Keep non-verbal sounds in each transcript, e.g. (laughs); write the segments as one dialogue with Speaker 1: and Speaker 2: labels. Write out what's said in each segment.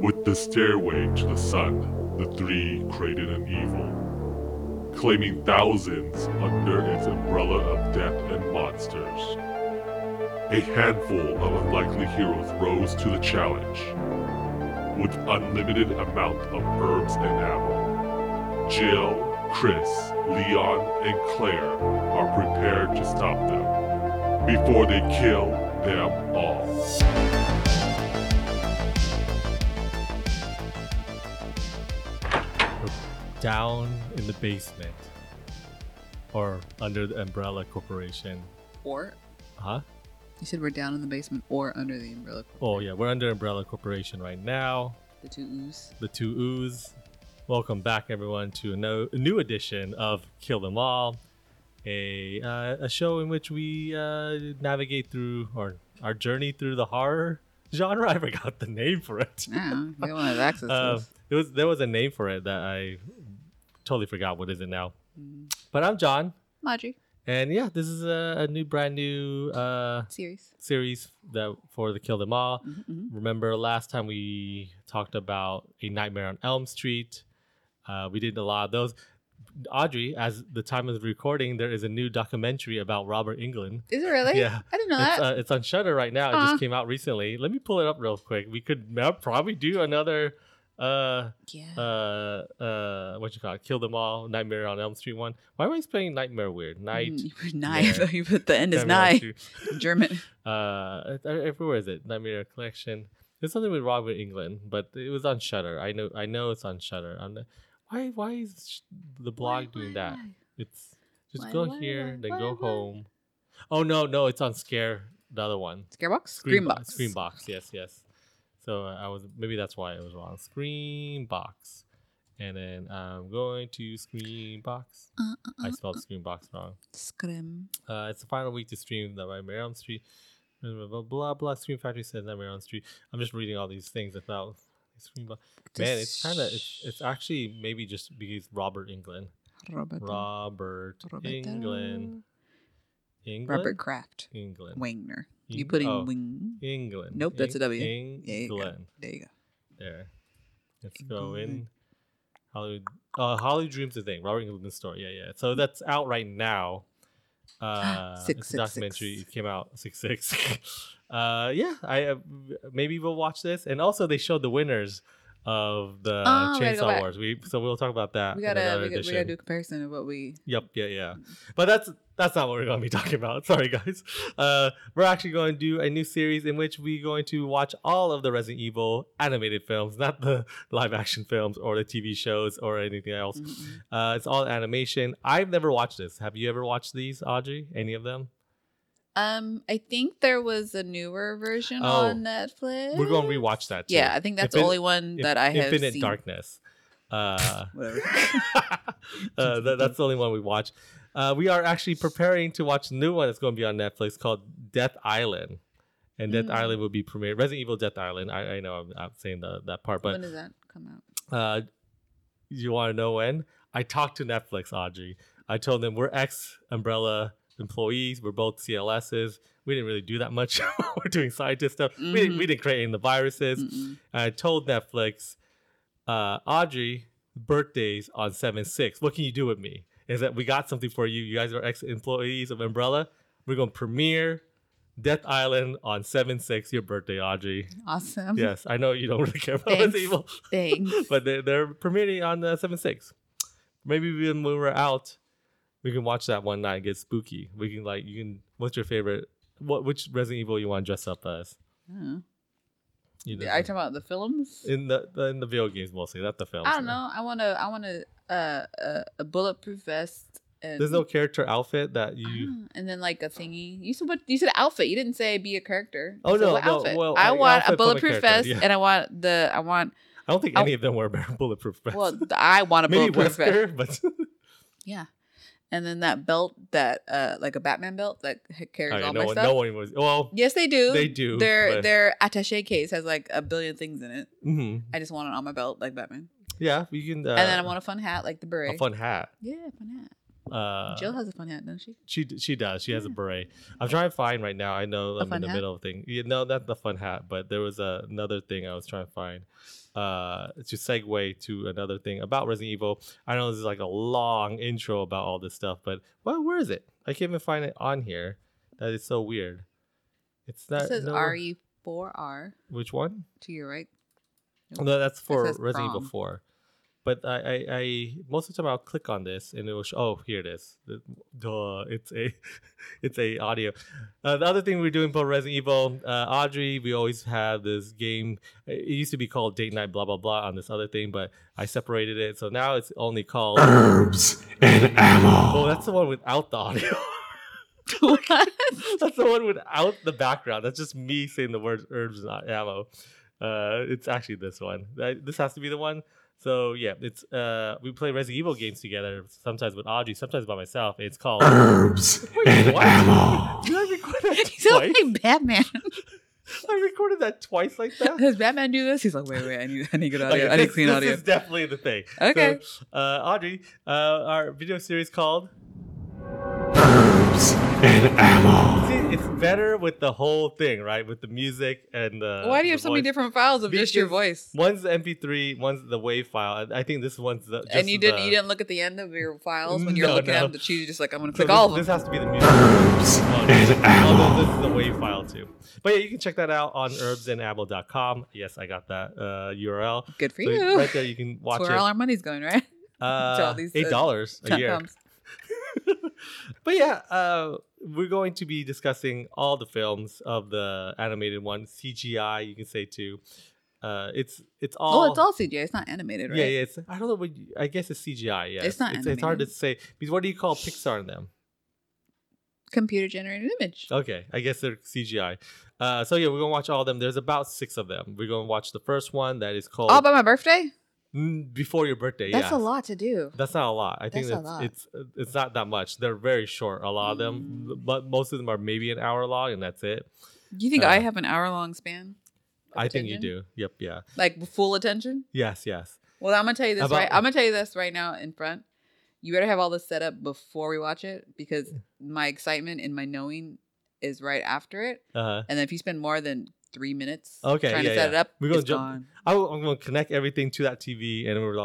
Speaker 1: With the stairway to the sun, the three created an evil, claiming thousands under its umbrella of death and monsters. A handful of unlikely heroes rose to the challenge, with unlimited amount of herbs and ammo. Jill, Chris, Leon, and Claire are prepared to stop them before they kill them all.
Speaker 2: down in the basement or under the umbrella corporation
Speaker 3: Or
Speaker 2: huh
Speaker 3: you said we're down in the basement or under the umbrella.
Speaker 2: oh yeah we're under umbrella corporation right now
Speaker 3: The two ooze.
Speaker 2: the two ooze welcome back everyone to a, no- a new edition of kill them all a uh, a show in which we uh, navigate through or our journey through the horror genre (laughs) i forgot the name for it
Speaker 3: Yeah, we don't have access to
Speaker 2: uh,
Speaker 3: this.
Speaker 2: there was there was a name for it that i totally forgot what is it now
Speaker 3: Mm.
Speaker 2: but i'm john
Speaker 3: Marjorie
Speaker 2: and yeah this is a, a new brand new uh
Speaker 3: series.
Speaker 2: series that for the Kill Them All.
Speaker 3: Mhm, mhm.
Speaker 2: Remember last time we talked about A Nightmare on Elm Street. Uh, we did a lot of those. Audrey, as the time of recording, there is a new documentary about Robert England.
Speaker 3: Is it really?
Speaker 2: Yeah.
Speaker 3: I didn't know
Speaker 2: It's,
Speaker 3: that.
Speaker 2: uh, it's on Shutter right now. It
Speaker 3: Aw.
Speaker 2: just came out recently. Let me pull it up real quick. We could ma- probably do another uh
Speaker 3: yeah.
Speaker 2: uh uh what you call it? Kill Them All, Nightmare on Elm Street one. Why am I spelling Nightmare weird? Night.
Speaker 3: Mm, you put nigh. I
Speaker 2: Yeah.
Speaker 3: thought you put the end is
Speaker 2: Nightmare on
Speaker 3: nigh.
Speaker 2: Street.
Speaker 3: (laughs) German.
Speaker 2: uh I- I- where is it nightmare collection there's something with robert england but it was on shutter i know i know it's on shutter on the, why why is sh- the blog
Speaker 3: Why,
Speaker 2: doing
Speaker 3: why,
Speaker 2: that
Speaker 3: why?
Speaker 2: it's just
Speaker 3: Why,
Speaker 2: go
Speaker 3: why,
Speaker 2: here
Speaker 3: why,
Speaker 2: then
Speaker 3: why,
Speaker 2: go
Speaker 3: why?
Speaker 2: home oh no no it's on scare the other one
Speaker 3: Scarebox?
Speaker 2: Screen
Speaker 3: Screenbox.
Speaker 2: Screen box. Yes, yes. So uh, I was maybe that's why it was wrong. Screen box, and then I'm going to screen box.
Speaker 3: Uh, uh, uh,
Speaker 2: I spelled screen box wrong.
Speaker 3: Scrim.
Speaker 2: Uh, it's the final week to stream the Nightmare on Elm Street. Blah blah blah. blah, blah. Scream Factory says Nightmare on Elm Street. I'm just reading all these things about Scream. Bo- Man, it's kind of it's, it's actually maybe just because Robert England,
Speaker 3: Robert.
Speaker 2: Robert
Speaker 3: Roberto.
Speaker 2: England, England,
Speaker 3: Robert Kraft.
Speaker 2: England,
Speaker 3: Wagner. You
Speaker 2: Eng-
Speaker 3: put in
Speaker 2: oh,
Speaker 3: wing.
Speaker 2: England.
Speaker 3: Nope, that's a W.
Speaker 2: Eng-
Speaker 3: Yeah, you got it.
Speaker 2: England.
Speaker 3: There you go.
Speaker 2: There. Let's go in.
Speaker 3: England.
Speaker 2: Hollywood. Uh, Hollywood Dreams the thing. Robert England's story. Yeah, yeah. So that's out right
Speaker 3: (gasps)
Speaker 2: now. Uh,
Speaker 3: Mm. Six,
Speaker 2: it's
Speaker 3: six,
Speaker 2: a documentary.
Speaker 3: six.
Speaker 2: It came out six six. (laughs) uh, yeah. I uh, maybe we'll watch this. And also, they showed the winners of the
Speaker 3: Oh, we gotta go
Speaker 2: Chainsaw
Speaker 3: back.
Speaker 2: Wars. We so we'll talk about that.
Speaker 3: We
Speaker 2: in
Speaker 3: gotta,
Speaker 2: another
Speaker 3: we, gotta, we gotta
Speaker 2: edition.
Speaker 3: do a comparison of what we.
Speaker 2: Yep, yeah, yeah. But that's that's not what we're going to be talking about. (laughs) Sorry, guys. Uh, we're actually going to do a new series in which we're going to watch all of the Resident Evil animated films, not the live action films or the TV shows or anything else.
Speaker 3: Mhm.
Speaker 2: Uh, it's all animation. I've never watched this. Have you ever watched these, Audrey? Any of them?
Speaker 3: Um, I think there was a newer version
Speaker 2: Oh.
Speaker 3: on Netflix.
Speaker 2: We're going to rewatch that. Too.
Speaker 3: Yeah, I think that's
Speaker 2: Infin-
Speaker 3: the only one
Speaker 2: In-
Speaker 3: that I have
Speaker 2: Infinite
Speaker 3: seen.
Speaker 2: Darkness. Uh,
Speaker 3: Whatever.
Speaker 2: uh, that, that's the only one we watch. Uh, we are actually preparing to watch a new one that's going to be on Netflix called Death Island. And Death
Speaker 3: Mm.
Speaker 2: Island will be premiered. Resident Evil Death Island. I, I know I'm, I'm saying the, that part, (laughs)
Speaker 3: when
Speaker 2: but
Speaker 3: does that come out?
Speaker 2: uh, you want to know when? I talked to Netflix, Audrey. I told them we're ex Umbrella employees. We're both CLSs. We didn't really do that much. (laughs) we're doing scientist stuff. We, didn't, we didn't create any of the viruses.
Speaker 3: Mm-hmm. Mm-mm.
Speaker 2: I told Netflix, uh, Audrey, birthdays on 7 6. What can you do with me? Is that we got something for you. You guys are ex employees of Umbrella. We're going to premiere Death Island on 7 6, your birthday, Audrey.
Speaker 3: Awesome.
Speaker 2: Yes, I know you don't really care about
Speaker 3: Thanks.
Speaker 2: Resident Evil,
Speaker 3: (laughs)
Speaker 2: (laughs)
Speaker 3: Thanks. Oh.
Speaker 2: but they're, they're premiering on uh, 7 6. Maybe when we were out, we can watch that one night and get spooky. We can, like, you can, what's your favorite? What Which Resident Evil you want to dress up as?
Speaker 3: Oh.
Speaker 2: You
Speaker 3: Are you talking about the films?
Speaker 2: in the the- in the video games mostly, not the films.
Speaker 3: I don't know. I want to. I want to. Uh, uh, a bulletproof vest. And,
Speaker 2: There's no character outfit that you.
Speaker 3: Ah, and then like a thingy. You said what? You said outfit. You didn't say be a character.
Speaker 2: Oh,
Speaker 3: You said
Speaker 2: no,
Speaker 3: what
Speaker 2: no,
Speaker 3: outfit?
Speaker 2: well,
Speaker 3: I
Speaker 2: uh, outfit
Speaker 3: want a
Speaker 2: from a
Speaker 3: bulletproof
Speaker 2: character,
Speaker 3: vest,
Speaker 2: yeah.
Speaker 3: and I want the. I want.
Speaker 2: (laughs) I don't think
Speaker 3: I-
Speaker 2: any of them wear (laughs) bulletproof vests.
Speaker 3: Well, the- I want a
Speaker 2: Maybe
Speaker 3: bulletproof
Speaker 2: Wesker,
Speaker 3: vest.
Speaker 2: but (laughs)
Speaker 3: Yeah. And then that belt that uh like a Batman belt that h- carries
Speaker 2: okay,
Speaker 3: all
Speaker 2: Oh, no
Speaker 3: my
Speaker 2: one,
Speaker 3: stuff.
Speaker 2: no one was. Well,
Speaker 3: Yes, they do.
Speaker 2: They do, (laughs)
Speaker 3: Their
Speaker 2: but-
Speaker 3: their attaché case has like a billion things in it.
Speaker 2: mhm.
Speaker 3: I just want it on my belt like Batman.
Speaker 2: yeah, you can. Uh,
Speaker 3: and then I want a fun hat like the beret.
Speaker 2: a fun hat.
Speaker 3: yeah, fun hat.
Speaker 2: Uh,
Speaker 3: Jill has a fun hat, doesn't she?
Speaker 2: she d- she does. She has a
Speaker 3: Yeah.
Speaker 2: beret. I'm trying to find right now. I know I'm in
Speaker 3: A Mm-hmm. fun
Speaker 2: the
Speaker 3: hat?
Speaker 2: middle of thing. You know, that's the fun hat. But there was uh, another thing I was trying to find. uh, to segue to another thing about Resident Evil. I know this is like a long intro about all this stuff, but well, where is it? I can't even find it on here. That is so weird. It's not.
Speaker 3: It says E
Speaker 2: no-
Speaker 3: RE4R
Speaker 2: Which one?
Speaker 3: to your right. (laughs)
Speaker 2: No, that's for
Speaker 3: says
Speaker 2: Resident Evil
Speaker 3: prom.
Speaker 2: 4. But I, I, I, most of the time I'll click on this and it will. Show, oh, here it is. The- Duh, it's a, (laughs) it's a audio. Uh, the other thing we're doing for Resident Evil, uh, Audrey, we always have this game. It used to be called Date Night, blah blah blah, on this other thing, but I separated it, so now it's only called. (coughs)
Speaker 4: Herbs and
Speaker 2: oh,
Speaker 4: ammo.
Speaker 2: that's the one without the audio. (laughs)
Speaker 3: what?
Speaker 2: That's the one without the background. That's just me saying the words herbs and a- ammo. Uh, it's actually this one. That- This has to be the one. So yeah, it's uh, we play Resident Evil games together. Sometimes with Audrey, sometimes by myself. It's
Speaker 3: (laughs)
Speaker 2: called. Did
Speaker 4: Herbs
Speaker 2: Wait,
Speaker 4: and
Speaker 2: what?
Speaker 4: ammo.
Speaker 2: I record
Speaker 3: you (laughs)
Speaker 2: that
Speaker 3: sound
Speaker 2: twice?
Speaker 3: like Batman. (laughs)
Speaker 2: I recorded that twice like that.
Speaker 3: Does Batman do this? He's like, wait, wait, I need, I
Speaker 2: (laughs)
Speaker 3: need good audio.
Speaker 2: Okay,
Speaker 3: I need
Speaker 2: this-
Speaker 3: clean
Speaker 2: this
Speaker 3: audio.
Speaker 2: is definitely the thing.
Speaker 3: Okay.
Speaker 2: So, uh, Audrey, uh, our video series called.
Speaker 4: Herbs and ammo.
Speaker 2: See, it's better with the whole thing, right? With the music and the.
Speaker 3: Why do you
Speaker 2: the
Speaker 3: have so many
Speaker 2: uh, voice.
Speaker 3: different files of just your
Speaker 2: Because-
Speaker 3: voice?
Speaker 2: One's the MP3, one's the WAV file. I I think this one's the. just
Speaker 3: And you didn't
Speaker 2: the-
Speaker 3: you didn't look at the end of your files when you're
Speaker 2: uh, Mm, No,
Speaker 3: looking
Speaker 2: no.
Speaker 3: at them to choose. You're just like
Speaker 2: (laughs)
Speaker 3: I'm gonna
Speaker 2: So
Speaker 3: click
Speaker 2: this,
Speaker 3: all of them.
Speaker 2: This has to be the music.
Speaker 4: Herbs
Speaker 2: Oh,
Speaker 4: and ammo.
Speaker 2: Although this is the WAV file too. But yeah, you can check that out on herbsandammo.com. Yes, I got that uh, URL.
Speaker 3: Good for
Speaker 2: So
Speaker 3: you.
Speaker 2: right there, you can watch
Speaker 3: (laughs) That's where all
Speaker 2: it.
Speaker 3: our money's going, right? (laughs) to all
Speaker 2: Uh,
Speaker 3: these, uh,
Speaker 2: Eight dollars a
Speaker 3: (laughs)
Speaker 2: year.
Speaker 3: Comes.
Speaker 2: but yeah, uh, we're going to be discussing all the films of the animated one, CGI. You can say too. Uh, it's it's all.
Speaker 3: Oh, it's all CGI. It's not (laughs) animated, right?
Speaker 2: Yeah, yeah. It's, I don't know what. You, I guess it's CGI. Yeah,
Speaker 3: It's not
Speaker 2: It's, hard to
Speaker 3: animated.
Speaker 2: say because what do you call Pixar in them?
Speaker 3: Computer generated image.
Speaker 2: Okay, I guess they're CGI. Uh, so yeah, we're gonna watch all of them. There's about six of them. We're gonna watch the first one that is called
Speaker 3: All by my birthday?
Speaker 2: Mm, Before Your Birthday.
Speaker 3: That's
Speaker 2: yeah.
Speaker 3: a lot to do.
Speaker 2: That's not a lot. I think
Speaker 3: That's a
Speaker 2: that's,
Speaker 3: lot.
Speaker 2: it's it's not that much. They're very short. A lot of them,
Speaker 3: Mm.
Speaker 2: but most of them are maybe an hour long, and that's it.
Speaker 3: Do you think
Speaker 2: Uh,
Speaker 3: I have an hour long span? of
Speaker 2: I think you
Speaker 3: attention?
Speaker 2: do. Yep. Yeah.
Speaker 3: Like full attention?
Speaker 2: Yes. Yes.
Speaker 3: Well, I'm gonna tell you this
Speaker 2: About-
Speaker 3: right. I'm gonna tell you this right now in front. You better have all this set up before we watch it because my excitement and my knowing is right after it.
Speaker 2: Uh,
Speaker 3: And then if you spend more than three minutes
Speaker 2: Okay,
Speaker 3: trying
Speaker 2: yeah,
Speaker 3: to set
Speaker 2: yeah.
Speaker 3: it up,
Speaker 2: We're gonna
Speaker 3: it's
Speaker 2: jump-
Speaker 3: gone.
Speaker 2: I, am gonna connect everything to that TV, and we're like,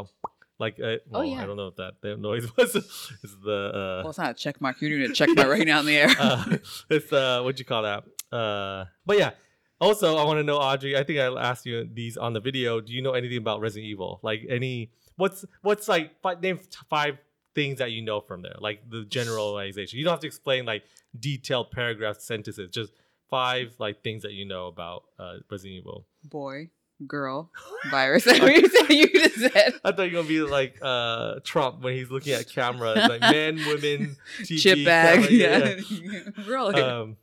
Speaker 2: like, uh, well, I
Speaker 3: Oh, yeah.
Speaker 2: don't know what that, that noise (laughs) was. it's the
Speaker 3: Well,
Speaker 2: uh,
Speaker 3: it's not a check mark. You're doing a check mark right now in the
Speaker 2: (laughs)
Speaker 3: air.
Speaker 2: uh, it's uh, what you call that? Uh, but yeah. Also, I want to know, Audrey. I think I asked you these on the video. Do you know anything about Resident Evil? Like any what's what's like five, name t- five things that you know from there, like the generalization. You don't have to explain like detailed paragraph sentences. Just five like things that you know about uh, Resident Evil.
Speaker 3: Boy,
Speaker 2: (laughs)
Speaker 3: girl, virus. That's what you said. (laughs) You just said.
Speaker 2: I thought you were gonna be like uh, Trump when he's looking at camera, It's like men, women, TV,
Speaker 3: (laughs) Chip bag.
Speaker 2: camera,
Speaker 3: Yeah. (laughs) Girl.
Speaker 2: yeah. Um,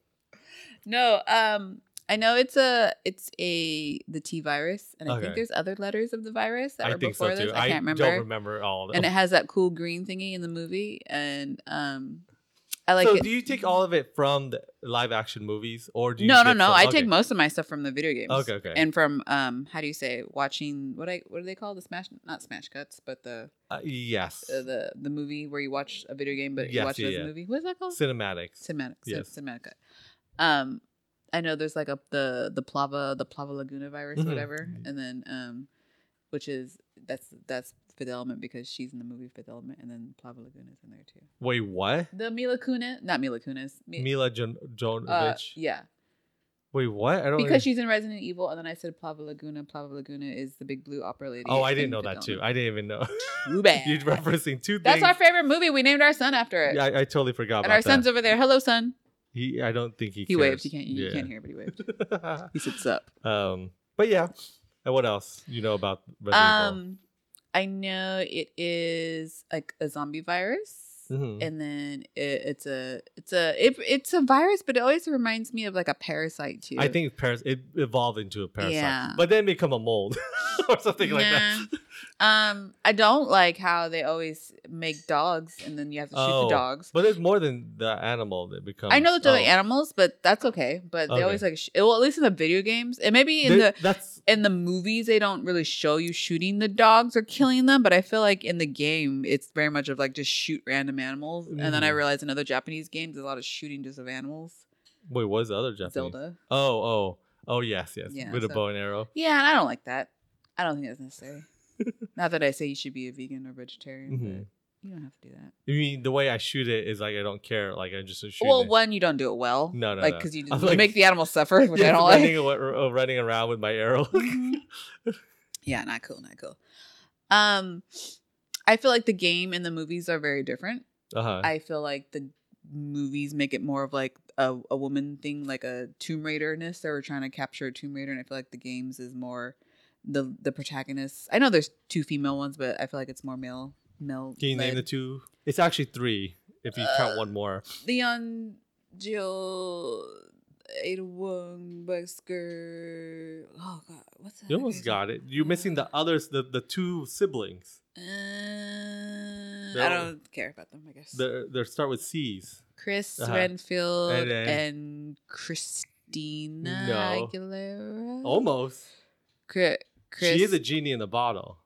Speaker 3: No, um, I know it's a it's a the T virus, and I
Speaker 2: Okay.
Speaker 3: think there's other letters of the virus that
Speaker 2: I
Speaker 3: were
Speaker 2: think
Speaker 3: before
Speaker 2: so too.
Speaker 3: this. I can't remember.
Speaker 2: don't remember all. Of
Speaker 3: And
Speaker 2: them.
Speaker 3: it has that cool green thingy in the movie, and um, I like
Speaker 2: so,
Speaker 3: it.
Speaker 2: do you take all of it from the live action movies, or do you
Speaker 3: no, no,
Speaker 2: get
Speaker 3: no.
Speaker 2: some-
Speaker 3: I
Speaker 2: okay.
Speaker 3: take most of my stuff from the video games.
Speaker 2: Okay, okay.
Speaker 3: And from um, how do you say watching what I what do they call the smash not smash cuts but the
Speaker 2: Uh, yes,
Speaker 3: uh, the the movie where you watch a video game but you
Speaker 2: Yes,
Speaker 3: watch
Speaker 2: yeah,
Speaker 3: it as
Speaker 2: yeah.
Speaker 3: a movie. What is that called?
Speaker 2: (laughs) cinematics.
Speaker 3: Cinematic. cin-
Speaker 2: Yes.
Speaker 3: Cinematic cut. Um, I know there's like a the the Plava the Plava Laguna virus
Speaker 2: Mhm.
Speaker 3: or whatever, and then um, which is that's that's Fifth Element because she's in the movie Fifth Element, and then Plava Laguna is in there too.
Speaker 2: Wait, what?
Speaker 3: The Mila Kunis, not Mila Kunis. Mi-
Speaker 2: Mila Jon-
Speaker 3: uh,
Speaker 2: Jovovich.
Speaker 3: yeah,
Speaker 2: Wait, what? I don't.
Speaker 3: because
Speaker 2: under-
Speaker 3: she's in Resident Evil, and then I said Plava Laguna. Plava Laguna is the big blue opera lady.
Speaker 2: Oh, I didn't
Speaker 3: in
Speaker 2: know
Speaker 3: Fifth
Speaker 2: that too.
Speaker 3: Element.
Speaker 2: I didn't even know. (laughs)
Speaker 3: Too bad.
Speaker 2: You're referencing two
Speaker 3: That's
Speaker 2: things.
Speaker 3: our favorite movie. We named our son after it,
Speaker 2: Yeah, I, I totally forgot
Speaker 3: and
Speaker 2: about
Speaker 3: our son's
Speaker 2: that.
Speaker 3: over there. Hello, son.
Speaker 2: he, I don't think he.
Speaker 3: He waved. You
Speaker 2: cares.
Speaker 3: can't. You
Speaker 2: Yeah.
Speaker 3: can't hear, but he waved.
Speaker 2: (laughs) um,
Speaker 3: He said, "Sup."
Speaker 2: but yeah, and what else you know about Resident
Speaker 3: Um, I know it is like a zombie virus,
Speaker 2: Evil? Mhm.
Speaker 3: and then it, it's a it's a it, it's a virus, but it always reminds me of like a parasite too.
Speaker 2: I think paras- it evolved into a parasite,
Speaker 3: Yeah.
Speaker 2: but then become a mold (laughs) or something like that.
Speaker 3: Nah. Um, I don't like how they always make dogs, and then you have to shoot
Speaker 2: Oh,
Speaker 3: the dogs.
Speaker 2: But there's more than the animal that becomes.
Speaker 3: I know that they're like
Speaker 2: oh.
Speaker 3: animals, but that's okay. But they
Speaker 2: Okay.
Speaker 3: always like sh- well, at least in the video games, and maybe in
Speaker 2: There-
Speaker 3: the
Speaker 2: that's
Speaker 3: in the movies they don't really show you shooting the dogs or killing them. But I feel like in the game it's very much of like just shoot random animals. And then I
Speaker 2: Mhm.
Speaker 3: realized in other Japanese games there's a lot of shooting just of animals.
Speaker 2: wait. What is the other Japanese?
Speaker 3: Zelda,
Speaker 2: Oh, oh, oh. Yes, yes.
Speaker 3: Yeah,
Speaker 2: With a
Speaker 3: so-
Speaker 2: bow and arrow.
Speaker 3: yeah, and I don't like that. I don't think that's necessary.
Speaker 2: (laughs)
Speaker 3: Not that I say you should be a vegan or vegetarian,
Speaker 2: Mhm.
Speaker 3: but you don't have to do that.
Speaker 2: I mean, the way I shoot it is like I don't care. Like I just shoot
Speaker 3: well,
Speaker 2: it.
Speaker 3: one, you don't do it well.
Speaker 2: No, no,
Speaker 3: like
Speaker 2: no.
Speaker 3: because you,
Speaker 2: I'm
Speaker 3: just, you
Speaker 2: like-
Speaker 3: make the
Speaker 2: (laughs)
Speaker 3: animal suffer, which I
Speaker 2: Just
Speaker 3: don't like.
Speaker 2: running, awa- uh, running around with my arrow.
Speaker 3: Mhm. (laughs) yeah, not cool, not cool. Um, I feel like the game and the movies are very different.
Speaker 2: (laughs) uh-huh.
Speaker 3: I feel like the movies make it more of like a, a woman thing, like a Tomb Raider ness. They were trying to capture Tomb Raider, and I feel like the games is more the the protagonists. I know there's two female ones, but I feel like it's more male male.
Speaker 2: Can you name the two? It's actually three if you count
Speaker 3: Uh,
Speaker 2: one more.
Speaker 3: Leon Jill Ada Wong Busker? Oh God, what's that?
Speaker 2: You almost got it. You're missing the others, the, the two siblings.
Speaker 3: Uh, I
Speaker 2: They're-
Speaker 3: don't care about them. I guess
Speaker 2: They they start with C's.
Speaker 3: Chris
Speaker 2: Uh-huh.
Speaker 3: Renfield
Speaker 2: And
Speaker 3: and,
Speaker 2: then-
Speaker 3: Christina
Speaker 2: No. Oh
Speaker 3: Aguilera.
Speaker 2: Almost.
Speaker 3: Chris, Chris
Speaker 2: she is a genie in a bottle.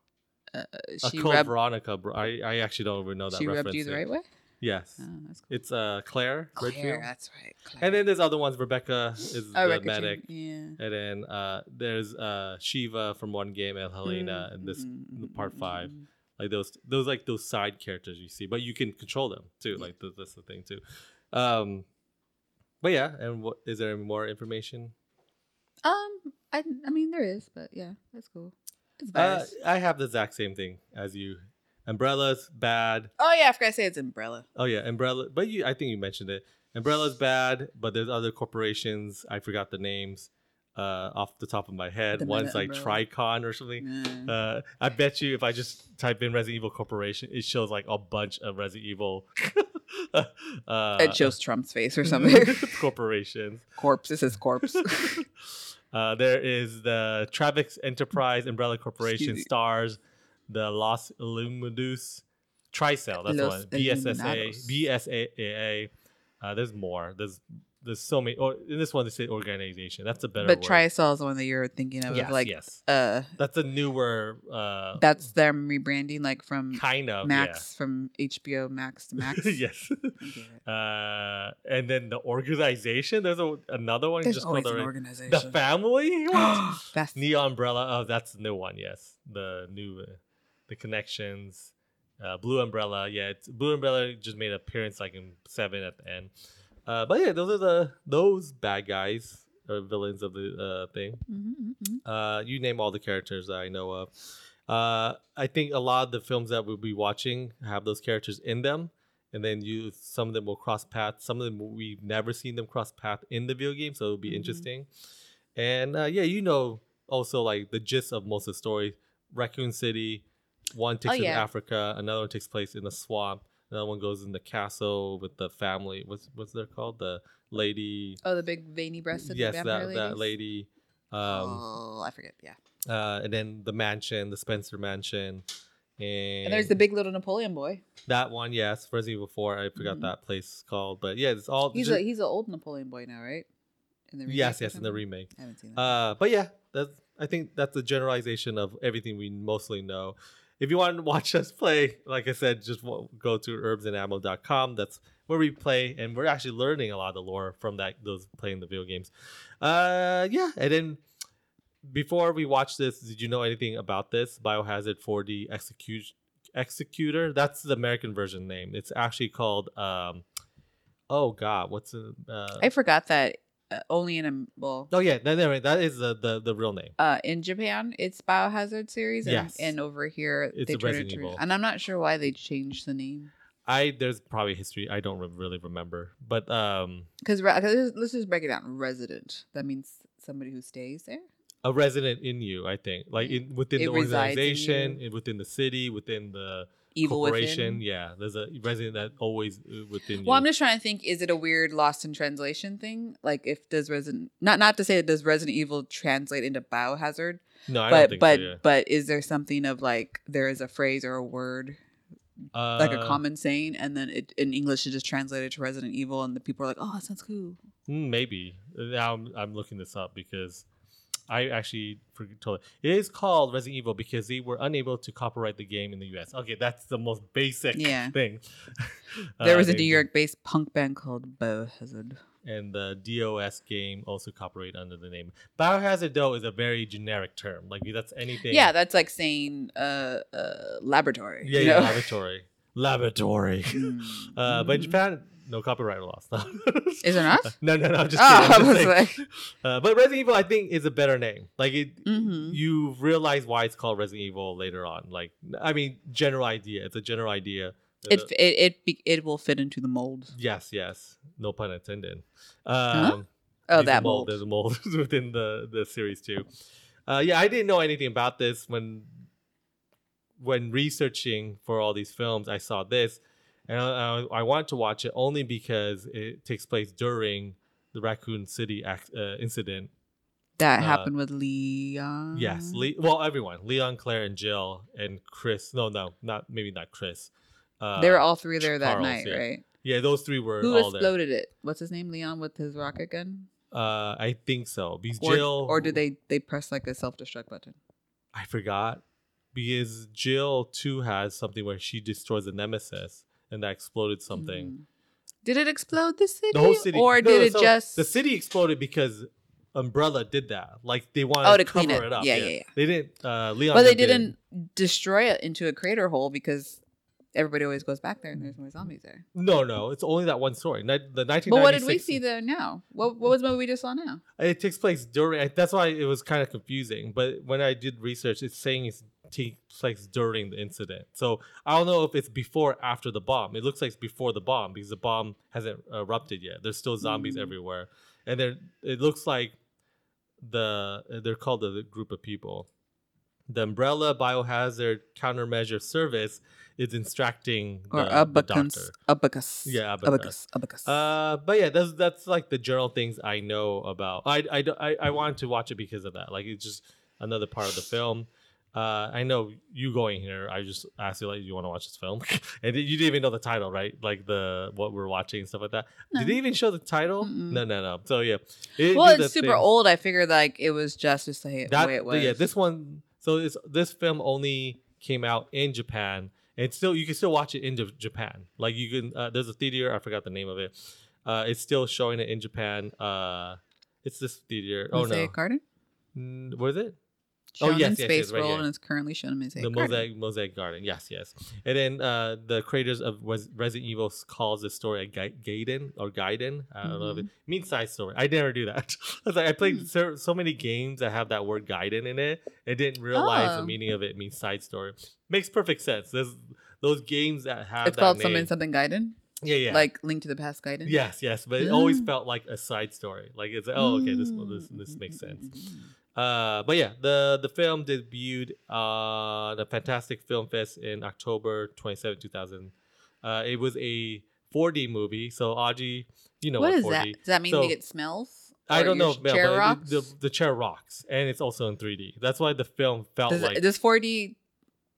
Speaker 2: A
Speaker 3: she
Speaker 2: Code
Speaker 3: rubbed,
Speaker 2: Veronica. bro- I, I actually don't even know that
Speaker 3: she
Speaker 2: reference.
Speaker 3: rubbed you the
Speaker 2: there.
Speaker 3: right way.
Speaker 2: Yes.
Speaker 3: Oh, that's cool.
Speaker 2: It's uh, Claire.
Speaker 3: Claire,
Speaker 2: Redfield.
Speaker 3: that's right. Claire.
Speaker 2: And then there's other ones. Rebecca is
Speaker 3: oh,
Speaker 2: the
Speaker 3: record
Speaker 2: medic.
Speaker 3: team,
Speaker 2: And then uh, there's uh, Shiva from one game and
Speaker 3: Yeah.
Speaker 2: Helena and this
Speaker 3: Mm, mm,
Speaker 2: part
Speaker 3: mm,
Speaker 2: five.
Speaker 3: mm,
Speaker 2: like those those like those side characters you see but you can control them too like th- that's the thing too um but yeah and what is there any more information
Speaker 3: mm. Um, I, I mean there is, but yeah, that's cool. It's
Speaker 2: uh,
Speaker 3: biased.
Speaker 2: i have the exact same thing as you umbrellas bad
Speaker 3: oh yeah, I forgot to say
Speaker 2: (laughs)
Speaker 3: it's umbrella.
Speaker 2: oh yeah umbrella but you i think you mentioned it umbrellas bad but there's other corporations i forgot the names uh off the top of my head
Speaker 3: The
Speaker 2: one's like
Speaker 3: Meta Umbrella.
Speaker 2: tricon or something
Speaker 3: Mm.
Speaker 2: Uh, I bet you if I just type in Resident Evil Corporation, it shows like a bunch of Resident Evil. (laughs) uh,
Speaker 3: it shows Trump's face or something.
Speaker 2: (laughs) corporations.
Speaker 3: corpse. This
Speaker 2: (laughs)
Speaker 3: is corpse.
Speaker 2: Uh, there is the Travix Enterprise, Umbrella Corporation,
Speaker 3: Excuse me.
Speaker 2: Stars, the Los Illuminados, Tricell. That's
Speaker 3: Los
Speaker 2: one. BSSA,
Speaker 3: Illuminados.
Speaker 2: BSAAA. Uh, there's more. There's there's so many. Or in this one, they say organization. That's a better.
Speaker 3: but
Speaker 2: word.
Speaker 3: Trisol is the one that you're thinking of.
Speaker 2: Yes,
Speaker 3: like,
Speaker 2: yes.
Speaker 3: uh,
Speaker 2: That's a newer. Uh,
Speaker 3: that's them rebranding, like from
Speaker 2: kind of
Speaker 3: Max from HBO Max
Speaker 2: (laughs)
Speaker 3: to
Speaker 2: Yeah.
Speaker 3: Max.
Speaker 2: yes.
Speaker 3: I get it.
Speaker 2: Uh, and then the organization. There's a, another one.
Speaker 3: There's
Speaker 2: just called
Speaker 3: always
Speaker 2: the,
Speaker 3: an
Speaker 2: org-
Speaker 3: organization.
Speaker 2: the
Speaker 3: (gasps)
Speaker 2: family. What? (laughs)
Speaker 3: That's
Speaker 2: Neo Umbrella. Oh, that's the new one. Yes, the new, uh, the connections. Uh, Blue Umbrella. Yeah, it's, Blue Umbrella just made an appearance like in seven at the end. Uh, but yeah, those are the those bad guys or villains of the uh, thing.
Speaker 3: Mhm, mhm.
Speaker 2: Uh, you name all the characters that I know of. Uh, I think a lot of the films that we'll be watching have those characters in them, and then you some of them will cross paths. Some of them we've never seen them cross path in the video game, so it'll be
Speaker 3: Mhm.
Speaker 2: interesting. And uh, yeah, you know also like the gist of most of the story. Raccoon City, one takes place in
Speaker 3: Oh, yeah.
Speaker 2: Africa, another one takes place in the swamp, another one goes in the castle with the family. What's what's they're called? The lady.
Speaker 3: Oh, the big veiny breasted
Speaker 2: yes,
Speaker 3: vampire
Speaker 2: that that
Speaker 3: ladies?
Speaker 2: lady. Um,
Speaker 3: oh, I forget. Yeah,
Speaker 2: uh, and then the mansion, the Spencer Mansion, and,
Speaker 3: and there's the big little Napoleon boy.
Speaker 2: that one. Yes, Resident Evil Four. I forgot
Speaker 3: Mhm.
Speaker 2: that place called, but yeah, it's all
Speaker 3: He's
Speaker 2: just-
Speaker 3: a he's an old Napoleon boy now, right? In the
Speaker 2: Oh,
Speaker 3: remake
Speaker 2: yes,
Speaker 3: or
Speaker 2: yes, in the
Speaker 3: something?
Speaker 2: remake.
Speaker 3: I haven't seen that.
Speaker 2: Uh, but yeah, that's I think that's a generalization of everything we mostly know. If you want to watch us play, like I said, just wa- go to herbsandammo.com. That's where we play, and we're actually learning a lot of the lore from that those playing the video games. Uh, yeah, and then before we watch this, did you know anything about this Biohazard 4D execution? Executor, that's the American version name. It's actually called, um, oh god, what's the uh,
Speaker 3: I forgot that uh, only in a well.
Speaker 2: oh yeah, no, no, that is the, the the real name.
Speaker 3: uh, in Japan, it's Biohazard series, and,
Speaker 2: Yes.
Speaker 3: and over here
Speaker 2: It's
Speaker 3: they
Speaker 2: a
Speaker 3: turned
Speaker 2: Resident
Speaker 3: it to,
Speaker 2: Evil.
Speaker 3: and I'm not sure why they changed the name
Speaker 2: I there's probably history. I don't re- really remember, but um,
Speaker 3: because let's, let's just break it down. Resident that means somebody who stays there.
Speaker 2: a resident in you, I think, like in, within the
Speaker 3: It resides in
Speaker 2: organization,
Speaker 3: you.
Speaker 2: in within the city, within the
Speaker 3: Evil
Speaker 2: corporation.
Speaker 3: within.
Speaker 2: Yeah, there's a resident that always uh, within you.
Speaker 3: Well, I'm just trying to think: is it a weird lost in translation thing? Like, if does Resident not not to say that does Resident Evil translate into Biohazard,
Speaker 2: no, I don't
Speaker 3: but
Speaker 2: think
Speaker 3: but
Speaker 2: so, yeah.
Speaker 3: but is there something of like there is a phrase or a word like a
Speaker 2: Uh,
Speaker 3: common saying, and then it in English it is translated to Resident Evil, and the people are like, oh, that sounds cool.
Speaker 2: mm, Maybe now I'm, I'm looking this up because I actually forgot. totally- It is called Resident Evil because they were unable to copyright the game in the U.S. Okay, that's the most basic
Speaker 3: Yeah.
Speaker 2: thing. (laughs)
Speaker 3: There
Speaker 2: Uh,
Speaker 3: was a
Speaker 2: they-
Speaker 3: New York based punk band called Biohazard.
Speaker 2: and the DOS game also copyright under the name. Biohazard though is a very generic term. Like that's anything.
Speaker 3: Yeah, that's like saying uh, uh laboratory.
Speaker 2: yeah,
Speaker 3: you
Speaker 2: yeah,
Speaker 3: know?
Speaker 2: (laughs) laboratory, laboratory.
Speaker 3: (laughs) Mm.
Speaker 2: Uh, but in
Speaker 3: Mhm.
Speaker 2: Japan, no copyright laws. (laughs)
Speaker 3: Is there not?
Speaker 2: No, no, no. I'm (laughs) just kidding.
Speaker 3: Oh,
Speaker 2: I'm
Speaker 3: I
Speaker 2: just
Speaker 3: was
Speaker 2: saying. (laughs)
Speaker 3: like,
Speaker 2: Uh, but Resident Evil, I think, is a better name. Like it,
Speaker 3: hmm
Speaker 2: you realize why it's called Resident Evil later on. Like, I mean, general idea. It's a general idea. Uh,
Speaker 3: it it it be, it will fit into the mold.
Speaker 2: yes, yes. No pun intended. Um, there's
Speaker 3: Oh,
Speaker 2: a
Speaker 3: that mold.
Speaker 2: There's a mold (laughs) within the the series too. Uh, yeah, I didn't know anything about this when when researching for all these films. I saw this, and I, I, I wanted to watch it only because it takes place during the Raccoon City ac- uh, incident.
Speaker 3: That
Speaker 2: uh,
Speaker 3: happened with Leon.
Speaker 2: Yes, Le- well, everyone, Leon, Claire, and Jill, and Chris. No, no, not maybe not Chris. Uh,
Speaker 3: they were all three there that
Speaker 2: Charles,
Speaker 3: night,
Speaker 2: yeah.
Speaker 3: right?
Speaker 2: yeah. Those three were
Speaker 3: Who
Speaker 2: all there.
Speaker 3: exploded it? What's his name? Leon with his rocket gun,
Speaker 2: Uh, I think so. Because
Speaker 3: or,
Speaker 2: Jill,
Speaker 3: or did they they press like a self destruct button?
Speaker 2: I forgot because Jill too has something where she destroys a nemesis and that exploded something.
Speaker 3: Mm. Did it explode the city?
Speaker 2: The whole city,
Speaker 3: or
Speaker 2: No,
Speaker 3: did
Speaker 2: no,
Speaker 3: it
Speaker 2: so
Speaker 3: just?
Speaker 2: the city exploded because Umbrella did that. Like they wanted
Speaker 3: Oh,
Speaker 2: to
Speaker 3: to
Speaker 2: cover
Speaker 3: clean
Speaker 2: it.
Speaker 3: it.
Speaker 2: up.
Speaker 3: Yeah, yeah, yeah.
Speaker 2: They didn't. Uh, Leon,
Speaker 3: but they
Speaker 2: did.
Speaker 3: didn't destroy it into a crater hole because everybody always goes back there and there's more zombies there.
Speaker 2: No, no. It's only that one story. Ni- The nineteen.
Speaker 3: But what did we see there now? What what was the movie we just saw now?
Speaker 2: It takes place during. I- That's why it was kind of confusing. But when I did research, it's saying it takes place during the incident. So I don't know if it's before, or after the bomb. It looks like it's before the bomb because the bomb hasn't erupted yet. There's still zombies
Speaker 3: Mm.
Speaker 2: everywhere, and there it looks like the they're called the group of people. The umbrella biohazard countermeasure service is instructing
Speaker 3: Or
Speaker 2: the, the
Speaker 3: abacus,
Speaker 2: doctor.
Speaker 3: abacus,
Speaker 2: Yeah, abacus.
Speaker 3: abacus, abacus.
Speaker 2: Uh, but yeah, that's that's like the general things I know about. I I don't- I, I wanted to watch it because of that. Like it's just another part of the film. Uh, I know you going here. I just asked you like, you want to watch this film, (laughs) and you didn't even know the title, right? Like the what we're watching and stuff like that.
Speaker 3: No.
Speaker 2: Did they even show the title?
Speaker 3: Mm-mm.
Speaker 2: No, no, no. So yeah, It
Speaker 3: well,
Speaker 2: did
Speaker 3: it's
Speaker 2: the
Speaker 3: super
Speaker 2: thing.
Speaker 3: old. I figured like it was just just the, the
Speaker 2: That-
Speaker 3: way it was.
Speaker 2: Yeah, this one. So it's this film only came out in Japan. It's still you can still watch it in Ja- Japan. Like you can. Uh, there's a theater. I forgot the name of it. Uh, it's still showing it in Japan. Uh, it's this theater. Oh no,
Speaker 3: Mosaic Garden.
Speaker 2: Mm, was it Oh,
Speaker 3: Shown
Speaker 2: yes,
Speaker 3: in
Speaker 2: yes, yes,
Speaker 3: Space
Speaker 2: right
Speaker 3: World,
Speaker 2: here.
Speaker 3: and it's currently shown in Mosaic
Speaker 2: the
Speaker 3: Garden.
Speaker 2: mosaic mosaic garden? Yes, yes. And then uh, the creators of Res- Resident Evil calls this story a Ga- Gaiden or Gaiden. I don't know if it means side story. I never do that. (laughs) I was like, I played
Speaker 3: Mm-hmm.
Speaker 2: so,
Speaker 3: Hmm.
Speaker 2: so many games that have that word Gaiden in it. I didn't realize the
Speaker 3: Oh.
Speaker 2: meaning of it means side story. Makes perfect sense. There's those games that have
Speaker 3: It's
Speaker 2: that
Speaker 3: called
Speaker 2: name.
Speaker 3: something something Gaiden,
Speaker 2: yeah, yeah.
Speaker 3: like Link to the Past Gaiden.
Speaker 2: yes, yes. But it always
Speaker 3: Mm.
Speaker 2: felt like a side story. Like it's like, oh, okay, this
Speaker 3: Mm,
Speaker 2: this this
Speaker 3: mm,
Speaker 2: makes
Speaker 3: mm, mm,
Speaker 2: sense.
Speaker 3: mm, mm.
Speaker 2: Uh, but yeah, the the film debuted uh, the Fantastic Film Fest in October 27, 2000. Uh, it was a 4D movie, so Aji, you know
Speaker 3: what
Speaker 2: what,
Speaker 3: is
Speaker 2: 4D.
Speaker 3: that? Does that mean
Speaker 2: So-
Speaker 3: they get smells?
Speaker 2: I
Speaker 3: Or
Speaker 2: don't
Speaker 3: your
Speaker 2: know,
Speaker 3: sh-
Speaker 2: Mel,
Speaker 3: chair
Speaker 2: but
Speaker 3: rocks?
Speaker 2: The, the, the chair rocks, and it's also in 3D. That's why the film felt
Speaker 3: does,
Speaker 2: like.
Speaker 3: does 4D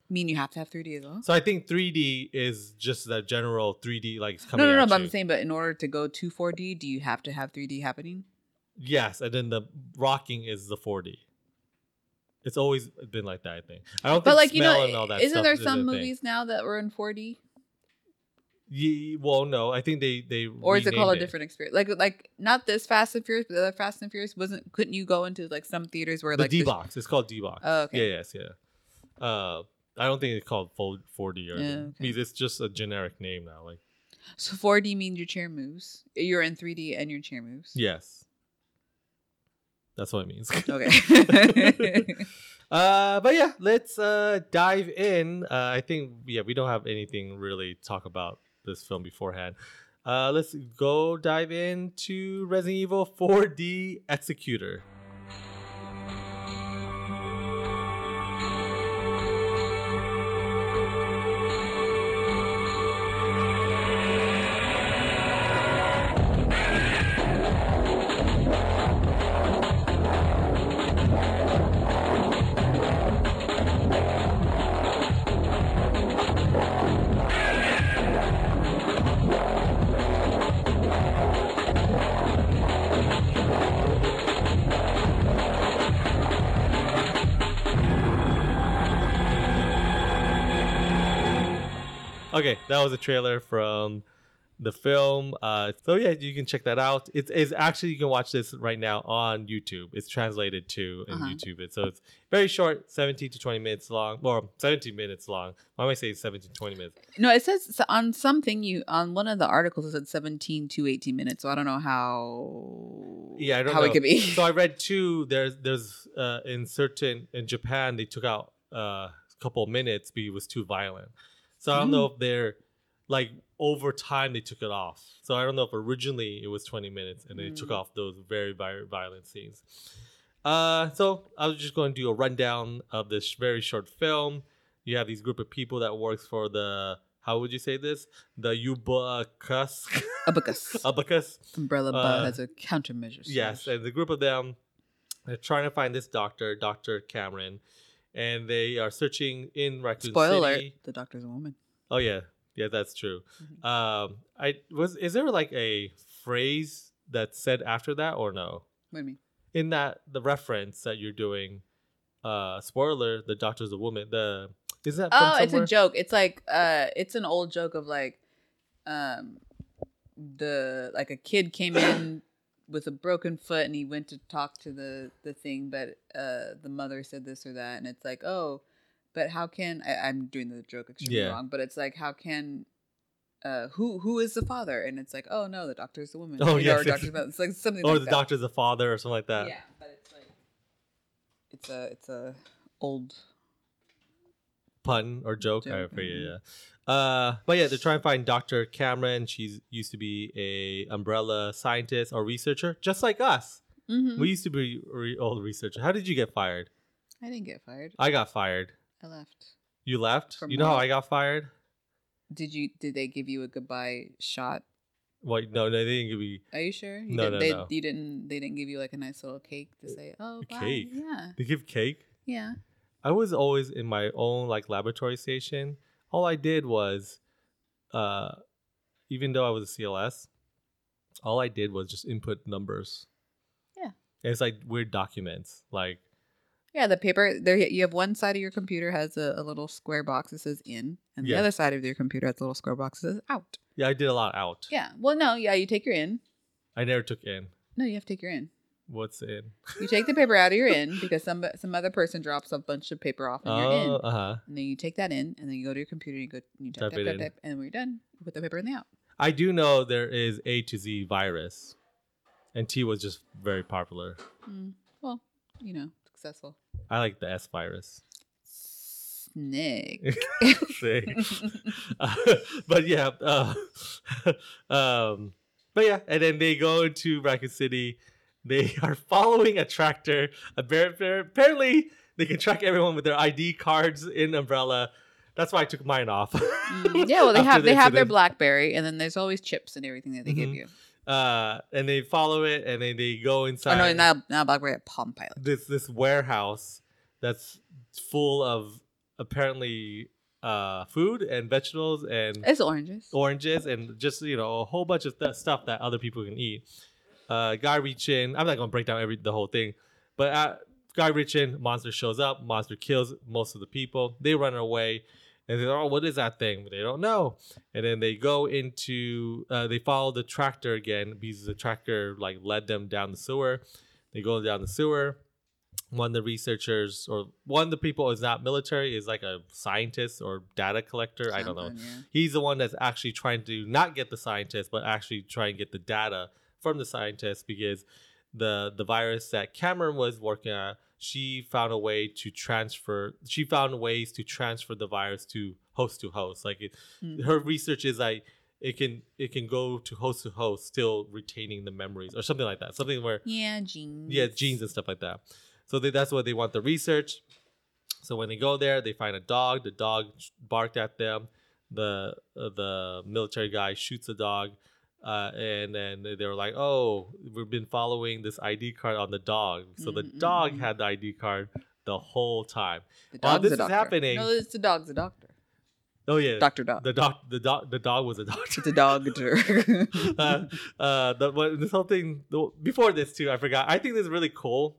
Speaker 3: mean you have to have 3D as well?
Speaker 2: so I think 3D is just that general 3D, like it's coming.
Speaker 3: No, no, no.
Speaker 2: at
Speaker 3: But I'm
Speaker 2: you.
Speaker 3: saying, but in order to go to 4D, do you have to have 3D happening?
Speaker 2: Yes, and then the rocking is the 4D. It's always been like that, I think. I don't
Speaker 3: But
Speaker 2: think
Speaker 3: like you
Speaker 2: smell
Speaker 3: know,
Speaker 2: and all that
Speaker 3: isn't
Speaker 2: stuff
Speaker 3: there
Speaker 2: is a
Speaker 3: some
Speaker 2: thing.
Speaker 3: movies now that were in 4D,
Speaker 2: Ye, well, no, I think they they
Speaker 3: or is it called
Speaker 2: renamed
Speaker 3: a different experience? Like, like not this Fast and Furious, but the other Fast and Furious wasn't. Couldn't you go into like some theaters where
Speaker 2: the
Speaker 3: like
Speaker 2: D
Speaker 3: this-
Speaker 2: box. It's called D box.
Speaker 3: Oh, okay.
Speaker 2: Yeah, yes, yeah. Uh, I don't think it's called full 4D or
Speaker 3: Yeah,
Speaker 2: anything.
Speaker 3: okay.
Speaker 2: Because it's just a generic name now. Like
Speaker 3: So 4D means your chair moves. You're in 3D and your chair moves.
Speaker 2: yes, that's what it means. (laughs)
Speaker 3: Okay.
Speaker 2: Uh, but yeah, let's uh dive in. Uh, I think yeah, we don't have anything really to talk about this film beforehand. Uh, let's go dive into Resident Evil 4D Executor. Okay, that was a trailer from the film. Uh, so yeah, you can check that out. It's, it's actually you can watch this right now on YouTube. It's translated to and
Speaker 3: Uh-huh.
Speaker 2: YouTube it. So it's very short, 17 to 20 minutes long, or 17 minutes long. Why am I saying 17 to 20 minutes?
Speaker 3: (laughs) No, it says so on something you on one of the articles it said 17 to 18 minutes. So I don't know how
Speaker 2: Yeah, I don't
Speaker 3: how
Speaker 2: know.
Speaker 3: it could be. (laughs)
Speaker 2: so I read too. There's there's uh, in certain in Japan they took out uh, a couple of minutes because it was too violent. So I don't know if they're like over time they took it off. So I don't know if originally it was 20 minutes and they took
Speaker 3: Mm.
Speaker 2: off those very vi- violent scenes. Uh, so I was just going to do a rundown of this very short film. You have these group of people that works for the how would you say this the Ubakus
Speaker 3: Abacus.
Speaker 2: (laughs) Abacus
Speaker 3: Umbrella
Speaker 2: uh,
Speaker 3: Bud has a countermeasure.
Speaker 2: Yes,
Speaker 3: slash.
Speaker 2: and the group of them are trying to find this doctor, Doctor Cameron, and they are searching in Raccoon
Speaker 3: Spoiler alert,
Speaker 2: City.
Speaker 3: the doctor's a woman.
Speaker 2: Oh yeah, yeah, that's true.
Speaker 3: Mhm.
Speaker 2: Um, I was. Is there like a phrase that's said after that or no?
Speaker 3: What do you mean?
Speaker 2: In that the reference that you're doing, uh, spoiler: the doctor's a woman. The is that from
Speaker 3: Oh, it's
Speaker 2: somewhere?
Speaker 3: a joke. It's like uh it's an old joke of like um the like a kid came
Speaker 2: (coughs)
Speaker 3: in with a broken foot and he went to talk to the the thing but uh the mother said this or that and it's like, "Oh, but how can I, I'm doing the joke extremely
Speaker 2: Yeah.
Speaker 3: wrong, but it's like how can uh, who who is the father? And it's like, oh no, the doctor's the woman.
Speaker 2: Oh,
Speaker 3: You know,
Speaker 2: (laughs) yes,
Speaker 3: or
Speaker 2: yes.
Speaker 3: doctor's it's like something.
Speaker 2: Or
Speaker 3: like
Speaker 2: the
Speaker 3: that.
Speaker 2: doctor's a father or something like that.
Speaker 3: Yeah, but it's like it's a it's a old
Speaker 2: pun or joke. I
Speaker 3: Joke,
Speaker 2: forget.
Speaker 3: mhm.
Speaker 2: Yeah. Uh, but yeah, they're trying to find Dr. Cameron. She's used to be a umbrella scientist or researcher, just like us.
Speaker 3: Mhm.
Speaker 2: We used to be re- old researcher. How did you get fired?
Speaker 3: I didn't get fired.
Speaker 2: I got fired.
Speaker 3: I left.
Speaker 2: You left.
Speaker 3: From
Speaker 2: you know how
Speaker 3: what?
Speaker 2: I got fired?
Speaker 3: Did you? Did they give you a goodbye shot?
Speaker 2: Well, no, no, they didn't give me.
Speaker 3: Are you sure? You
Speaker 2: No,
Speaker 3: didn't,
Speaker 2: no,
Speaker 3: they,
Speaker 2: no. Uh,
Speaker 3: You didn't. They didn't give you like a nice little cake to say, "Oh, bye."
Speaker 2: cake?
Speaker 3: Yeah,
Speaker 2: They give cake.
Speaker 3: yeah.
Speaker 2: I was always in my own like laboratory station. All I did was, uh, even though I was a CLS, all I did was just input numbers.
Speaker 3: Yeah.
Speaker 2: And it's like weird documents. Like
Speaker 3: Yeah, the paper there. You have one side of your computer has a, a little square box that says in, and
Speaker 2: Yeah.
Speaker 3: the other side of your computer has a little square box that says out.
Speaker 2: yeah, I did a lot out.
Speaker 3: Yeah. Well, no. Yeah, you take your in.
Speaker 2: I never took in.
Speaker 3: No, you have to take your in.
Speaker 2: What's in?
Speaker 3: You take the paper out of your
Speaker 2: (laughs)
Speaker 3: in because some some other person drops a bunch of paper off in your in,
Speaker 2: Oh, uh huh.
Speaker 3: and then you take that in, and then you go to your computer and you go and you type,
Speaker 2: Type it
Speaker 3: type, type,
Speaker 2: in.
Speaker 3: type, and when you're done, you put the paper in the out.
Speaker 2: I do know there is A to Z virus, and T was just very popular.
Speaker 3: Mm, well, you know, successful.
Speaker 2: I like the S virus. (laughs)
Speaker 3: Snake.
Speaker 2: Say.
Speaker 3: (laughs)
Speaker 2: (laughs) Uh, but yeah, uh, (laughs) um, but yeah, and then they go into Raccoon City. They (laughs) are following a tractor. A bear, bear- apparently, they can track everyone with their ID cards in Umbrella. That's why I took mine off. (laughs)
Speaker 3: Mm, yeah, well, they
Speaker 2: After
Speaker 3: have
Speaker 2: the
Speaker 3: they have their
Speaker 2: incident.
Speaker 3: BlackBerry, and then there's always chips and everything that they give
Speaker 2: Mhm.
Speaker 3: you.
Speaker 2: uh, and they follow it, and then they go
Speaker 3: Oh
Speaker 2: inside.
Speaker 3: no, not not BlackBerry, Palm Pilot.
Speaker 2: this this warehouse that's full of apparently uh, food and vegetables and
Speaker 3: It's oranges.
Speaker 2: oranges and just you know a whole bunch of th- stuff that other people can eat. Uh, guy reach in. I'm not gonna break down every the whole thing, but uh, guy reach in. Monster shows up. Monster kills most of the people. They run away, and they're oh, what is that thing? They don't know. And then they go into. Uh, they follow the tractor again because the tractor like led them down the sewer. They go down the sewer. One of the researchers or one of the people is not military is like a scientist or data collector. I don't know.
Speaker 3: Something, yeah.
Speaker 2: He's the one that's actually trying to not get the scientist, but actually try and get the data from the scientist because the the virus that Cameron was working on, she found a way to transfer. She found ways to transfer the virus to host to host. Like it,
Speaker 3: Hmm.
Speaker 2: her research is like it can it can go to host to host, still retaining the memories or something like that. Something where
Speaker 3: Yeah, jeans.
Speaker 2: yeah genes and stuff like that so they, that's what they want the research so when they go there they find a dog the dog barked at them the uh, the military guy shoots the dog uh, and then they were like oh we've been following this id card on the dog so the
Speaker 3: Mm, mm,
Speaker 2: dog
Speaker 3: mm.
Speaker 2: had the id card the whole time
Speaker 3: The
Speaker 2: While
Speaker 3: dog's
Speaker 2: this
Speaker 3: a
Speaker 2: is
Speaker 3: doctor.
Speaker 2: happening-
Speaker 3: No, it's the dog's a doctor.
Speaker 2: oh yeah
Speaker 3: Doctor dog.
Speaker 2: the dog the dog the dog was a (laughs)
Speaker 3: It's a
Speaker 2: doctor
Speaker 3: doctor.
Speaker 2: (laughs) uh, uh, the, what- this whole thing the- before this too, I forgot. I think this is really cool.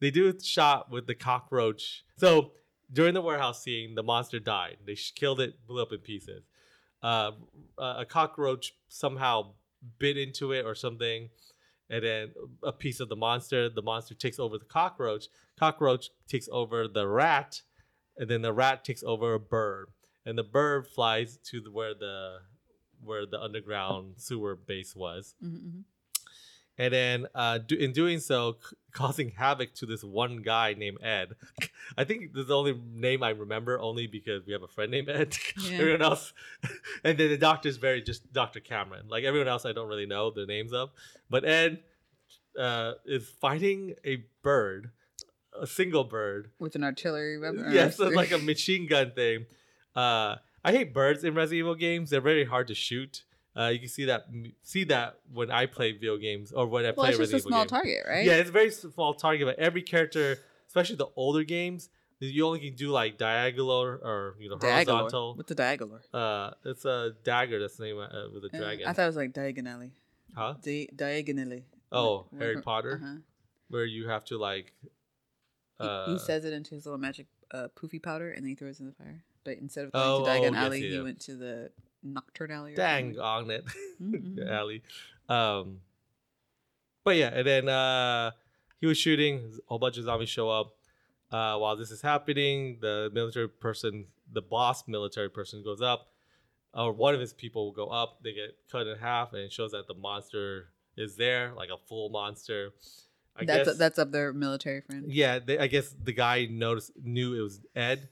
Speaker 2: They do a shot with the cockroach. So during the warehouse scene, the monster died. They sh- killed it, blew up in pieces. uh, a cockroach somehow bit into it or something, and then a piece of the monster. The monster takes over the cockroach. Cockroach takes over the rat, and then the rat takes over a bird, and the bird flies to the, where the where the underground sewer base was
Speaker 3: (laughs) Mm-hmm.
Speaker 2: and then uh, do, in doing so, c- causing havoc to this one guy named Ed. (laughs) I think this is the only name I remember, only because we have a friend named Ed. (laughs)
Speaker 3: Yeah.
Speaker 2: everyone else, and then the doctor's very just Doctor Cameron. Like everyone else, I don't really know their names of, but Ed uh, is fighting a bird, a single bird.
Speaker 3: With an artillery weapon. or
Speaker 2: Yes,
Speaker 3: a-
Speaker 2: it's
Speaker 3: (laughs)
Speaker 2: like a machine gun thing. Uh, I hate birds in Resident Evil games. They're very hard to shoot. Uh, you can see that see that when I play video games or when I
Speaker 3: (laughs) well,
Speaker 2: play
Speaker 3: it's just a
Speaker 2: Resident Evil
Speaker 3: small
Speaker 2: games.
Speaker 3: target, right?
Speaker 2: Yeah, it's a very small target, but every character, especially the older games, you only can do like diagonal or, or, you know
Speaker 3: diagonal.
Speaker 2: horizontal.
Speaker 3: With the diagonal.
Speaker 2: Uh, it's a dagger. That's the name uh, with a
Speaker 3: Uh,
Speaker 2: dragon.
Speaker 3: I thought it was like diagonally.
Speaker 2: huh?
Speaker 3: Di- diagonally.
Speaker 2: Oh,
Speaker 3: Like,
Speaker 2: Harry
Speaker 3: where-
Speaker 2: Potter,
Speaker 3: uh-huh.
Speaker 2: where you have to like.
Speaker 3: He-
Speaker 2: Uh,
Speaker 3: he, says it into his little magic uh, poofy powder and then he throws it in the fire. But instead of going
Speaker 2: Oh,
Speaker 3: to
Speaker 2: oh,
Speaker 3: Diagon
Speaker 2: yes,
Speaker 3: Alley, he
Speaker 2: yeah.
Speaker 3: went to the Nocturne Alley. or
Speaker 2: "Dang
Speaker 3: something.
Speaker 2: on it, (laughs)
Speaker 3: Mhm, mhm.
Speaker 2: Alley." Um, but yeah, and then uh, he was shooting. A whole bunch of zombies show up. Uh, while this is happening, the military person, the boss military person, goes up, or one of his people will go up. They get cut in half, and it shows that the monster is there, like a full monster. I
Speaker 3: that's
Speaker 2: guess
Speaker 3: that's up their military friend.
Speaker 2: yeah. They, I guess the guy noticed, knew it was Ed,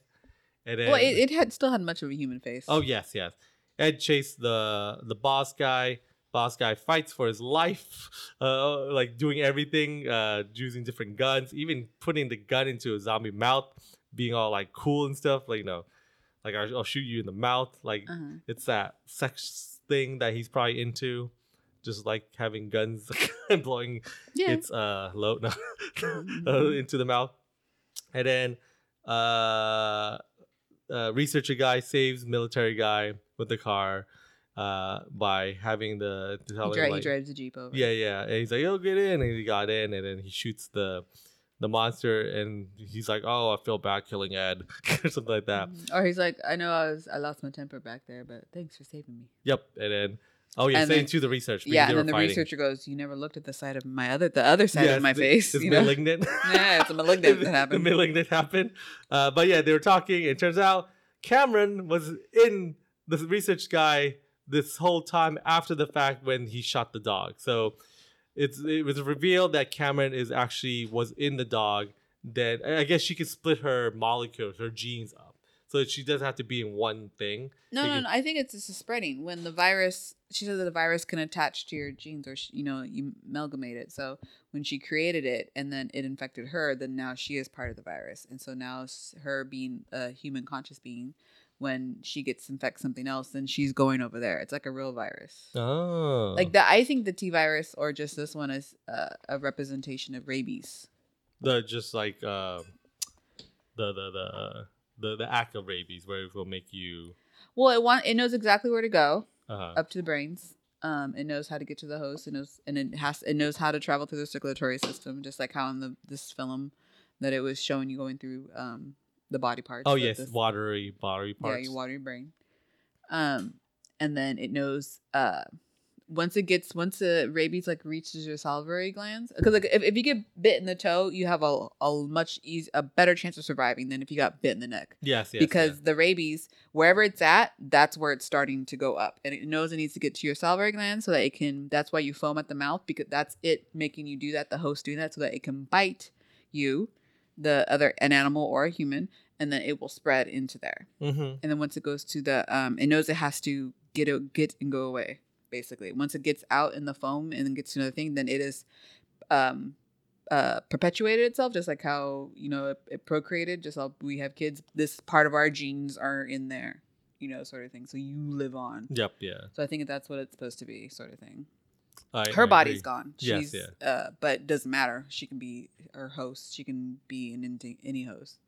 Speaker 2: and then
Speaker 3: Well, it, it had still had much of a human face.
Speaker 2: Oh yes, yes. Ed chased the the boss guy. Boss guy fights for his life, (laughs) uh, like doing everything, uh, using different guns, even putting the gun into a zombie mouth, being all like cool and stuff, like you know, like I'll, I'll shoot you in the mouth. Like
Speaker 3: Uh-huh.
Speaker 2: it's that sex thing that he's probably into, just like having guns (laughs) and blowing
Speaker 3: Yeah.
Speaker 2: it's uh low (laughs) no, uh,
Speaker 3: Mhm.
Speaker 2: into the mouth and then uh, uh researcher guy saves military guy with the car uh by having the to tell
Speaker 3: he,
Speaker 2: him,
Speaker 3: dri- he
Speaker 2: like-
Speaker 3: drives the jeep over.
Speaker 2: yeah yeah and he's like oh get in and he got in and then he shoots the the monster and he's like oh i feel bad killing ed (laughs) or something like that
Speaker 3: Mhm. Or he's like, I know I was I lost my temper back there, but thanks for saving me.
Speaker 2: yep and then oh yeah
Speaker 3: And
Speaker 2: saying
Speaker 3: then-
Speaker 2: to the research because
Speaker 3: yeah,
Speaker 2: they
Speaker 3: and
Speaker 2: were
Speaker 3: then the
Speaker 2: fighting.
Speaker 3: researcher goes, "You never looked at the side of my other, the other side
Speaker 2: Yeah,
Speaker 3: of my
Speaker 2: it's-
Speaker 3: face."
Speaker 2: it's
Speaker 3: you know?
Speaker 2: malignant
Speaker 3: (laughs) yeah, it's a
Speaker 2: (laughs)
Speaker 3: malignant that
Speaker 2: The
Speaker 3: happened.
Speaker 2: malignant happened. Uh, but yeah, they were talking. It turns out Cameron was in the research guy this whole time after the fact when he shot the dog. So it's it was revealed that Cameron is actually was in the dog. That I I guess she could split her molecules, her genes up, so that she doesn't have to be in one thing.
Speaker 3: No, no,
Speaker 2: Because-
Speaker 3: no. I think it's just a spreading. When the virus, she said that the virus can attach to your genes or, sh- you know, you amalgamate it. So when she created it and then it infected her, then now she is part of the virus. And so now s- her being a human conscious being, when she gets infect something else, then she's going over there. It's like a real virus.
Speaker 2: Oh,
Speaker 3: Like that, I think the T virus or just this one is uh, a representation of rabies.
Speaker 2: the just like uh, the the the. Uh, the, the act of rabies where it will make you
Speaker 3: Well, it want it knows exactly where to go.
Speaker 2: uh,
Speaker 3: up to the brains. Um, it knows how to get to the host. It knows and it has it knows how to travel through the circulatory system, just like how in the this film that it was showing you going through um the body parts.
Speaker 2: oh
Speaker 3: of
Speaker 2: yes
Speaker 3: this-
Speaker 2: watery watery parts
Speaker 3: yeah, your watery brain. Um, and then it knows uh once it gets once the rabies like reaches your salivary glands because like if, if you get bit in the toe, you have a a much eas a better chance of surviving than if you got bit in the neck
Speaker 2: Yes, yes.
Speaker 3: because
Speaker 2: yes.
Speaker 3: the rabies, wherever it's at, that's where it's starting to go up, and it knows it needs to get to your salivary gland so that it can. That's why you foam at the mouth because that's it making you do that. The host doing that so that it can bite you, the other an animal or a human, and then it will spread into there.
Speaker 2: Mhm.
Speaker 3: And then once it goes to the, um, it knows it has to get it, get and go away. Basically, once it gets out in the foam and then gets to another thing, then it is, um, uh, perpetuated itself, just like how you know it, it procreated. Just how we have kids, this part of our genes are in there, you know, sort of thing. So you live on.
Speaker 2: Yep. Yeah.
Speaker 3: So I think that's what it's supposed to be, sort of thing.
Speaker 2: I,
Speaker 3: Her
Speaker 2: I
Speaker 3: body's
Speaker 2: agree.
Speaker 3: gone.
Speaker 2: Yes,
Speaker 3: She's, Uh, but it doesn't matter. She can be her host. She can be in any, any host.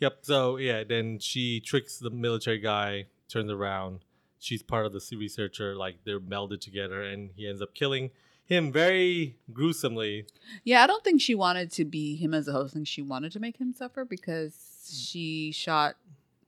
Speaker 2: Yep. So yeah, then she tricks the military guy, turns around. She's part of the se- researcher. Like they're melded together, and he ends up killing him very gruesomely.
Speaker 3: Yeah, I don't think she wanted to be him as a host. I think she wanted to make him suffer because she shot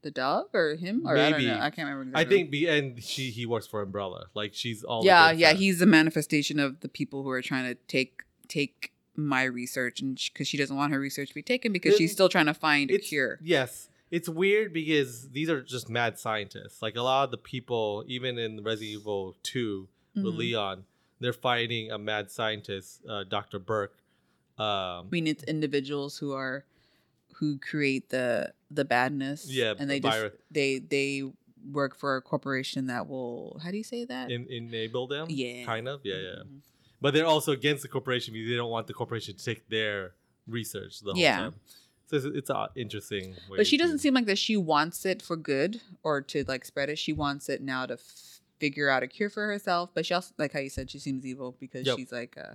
Speaker 3: the dog or him or I
Speaker 2: Mm.
Speaker 3: don't
Speaker 2: Maybe.
Speaker 3: know. I can't remember.
Speaker 2: I
Speaker 3: exactly.
Speaker 2: think be and she he works for Umbrella. Like she's all
Speaker 3: Mm-hmm. yeah,
Speaker 2: against
Speaker 3: yeah.
Speaker 2: that.
Speaker 3: He's a manifestation of the people who are trying to take take my research, and because she doesn't want her research to be taken because she's
Speaker 2: It-
Speaker 3: still trying to find a
Speaker 2: it's,
Speaker 3: cure.
Speaker 2: Yes. It's weird because these are just mad scientists. Like a lot of the people, even in Resident Evil 2 with
Speaker 3: Mhm.
Speaker 2: Leon, they're fighting a mad scientist, uh, Dr. Burke. Um,
Speaker 3: Mm-hmm. I mean, it's individuals who are who create the the badness.
Speaker 2: Yeah,
Speaker 3: and they
Speaker 2: virus.
Speaker 3: just they they work for a corporation that will. How do you say that?
Speaker 2: en- enable them.
Speaker 3: Yeah.
Speaker 2: Kind of. Yeah, yeah.
Speaker 3: Mhm.
Speaker 2: But they're also against the corporation because they don't want the corporation to take their research the whole
Speaker 3: Yeah.
Speaker 2: time. So it's, it's a interesting. Way
Speaker 3: But she
Speaker 2: to-
Speaker 3: doesn't seem like that. She wants it for good or to like spread it. She wants it now to f- figure out a cure for herself. But she also, like how you said, she seems evil because
Speaker 2: Yep.
Speaker 3: she's like, uh,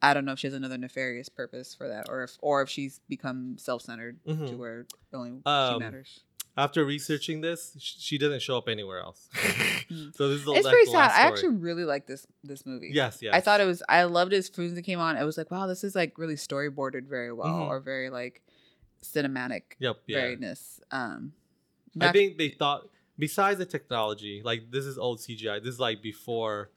Speaker 3: I don't know if she has another nefarious purpose for that, or if or if she's become self centered
Speaker 2: Mhm.
Speaker 3: to where only she
Speaker 2: Um,
Speaker 3: matters.
Speaker 2: After researching this, sh- she doesn't show up anywhere
Speaker 3: (laughs)
Speaker 2: else.
Speaker 3: Mm.
Speaker 2: so this is like,
Speaker 3: It's very
Speaker 2: the
Speaker 3: sad.
Speaker 2: last
Speaker 3: I
Speaker 2: story.
Speaker 3: actually really like this this movie.
Speaker 2: Yes, yes.
Speaker 3: I thought it was. I loved it as soon as it came on. I was like, wow, this is like really storyboarded very well,
Speaker 2: Mhm.
Speaker 3: or very like cinematic
Speaker 2: Yep. Yeah.
Speaker 3: veryness. Um,
Speaker 2: I
Speaker 3: not-
Speaker 2: think they thought besides the technology, like this is old CGI. This is like before.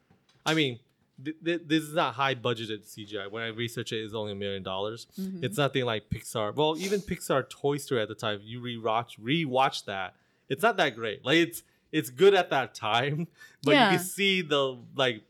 Speaker 2: I mean, th- th- this is not high budgeted CGI. When I research it, it's only a million dollars.
Speaker 3: Mhm.
Speaker 2: It's nothing like Pixar. Well, even Pixar Toy Story at the time, you rewatch rewatch that. It's not that great. Like it's it's good at that time, but
Speaker 3: Yeah.
Speaker 2: you can see the like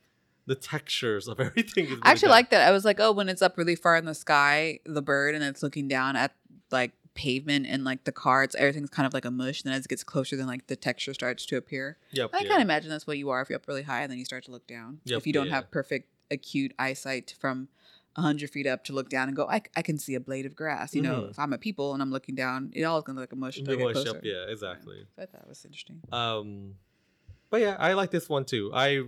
Speaker 2: the textures of (laughs) everything. is really
Speaker 3: I actually
Speaker 2: bad.
Speaker 3: like that. I was like, oh, when it's up really far in the sky, the bird, and it's looking down at like pavement and like the car, it's everything's kind of like a mush. And then as it gets closer, then like the texture starts to appear.
Speaker 2: Yep,
Speaker 3: I
Speaker 2: yeah.
Speaker 3: kind of imagine that's what you are if you're up really high and then you start to look down.
Speaker 2: Yep,
Speaker 3: if you don't
Speaker 2: yeah.
Speaker 3: have perfect acute eyesight from 100 feet up to look down and go, I, I can see a blade of grass. You know,
Speaker 2: Mhm.
Speaker 3: if I'm a people and I'm looking down, it all is going to look like a mush. until I get
Speaker 2: Mush up,
Speaker 3: closer.
Speaker 2: yeah, exactly.
Speaker 3: So I thought that was interesting.
Speaker 2: Um, but yeah, I like this one too. I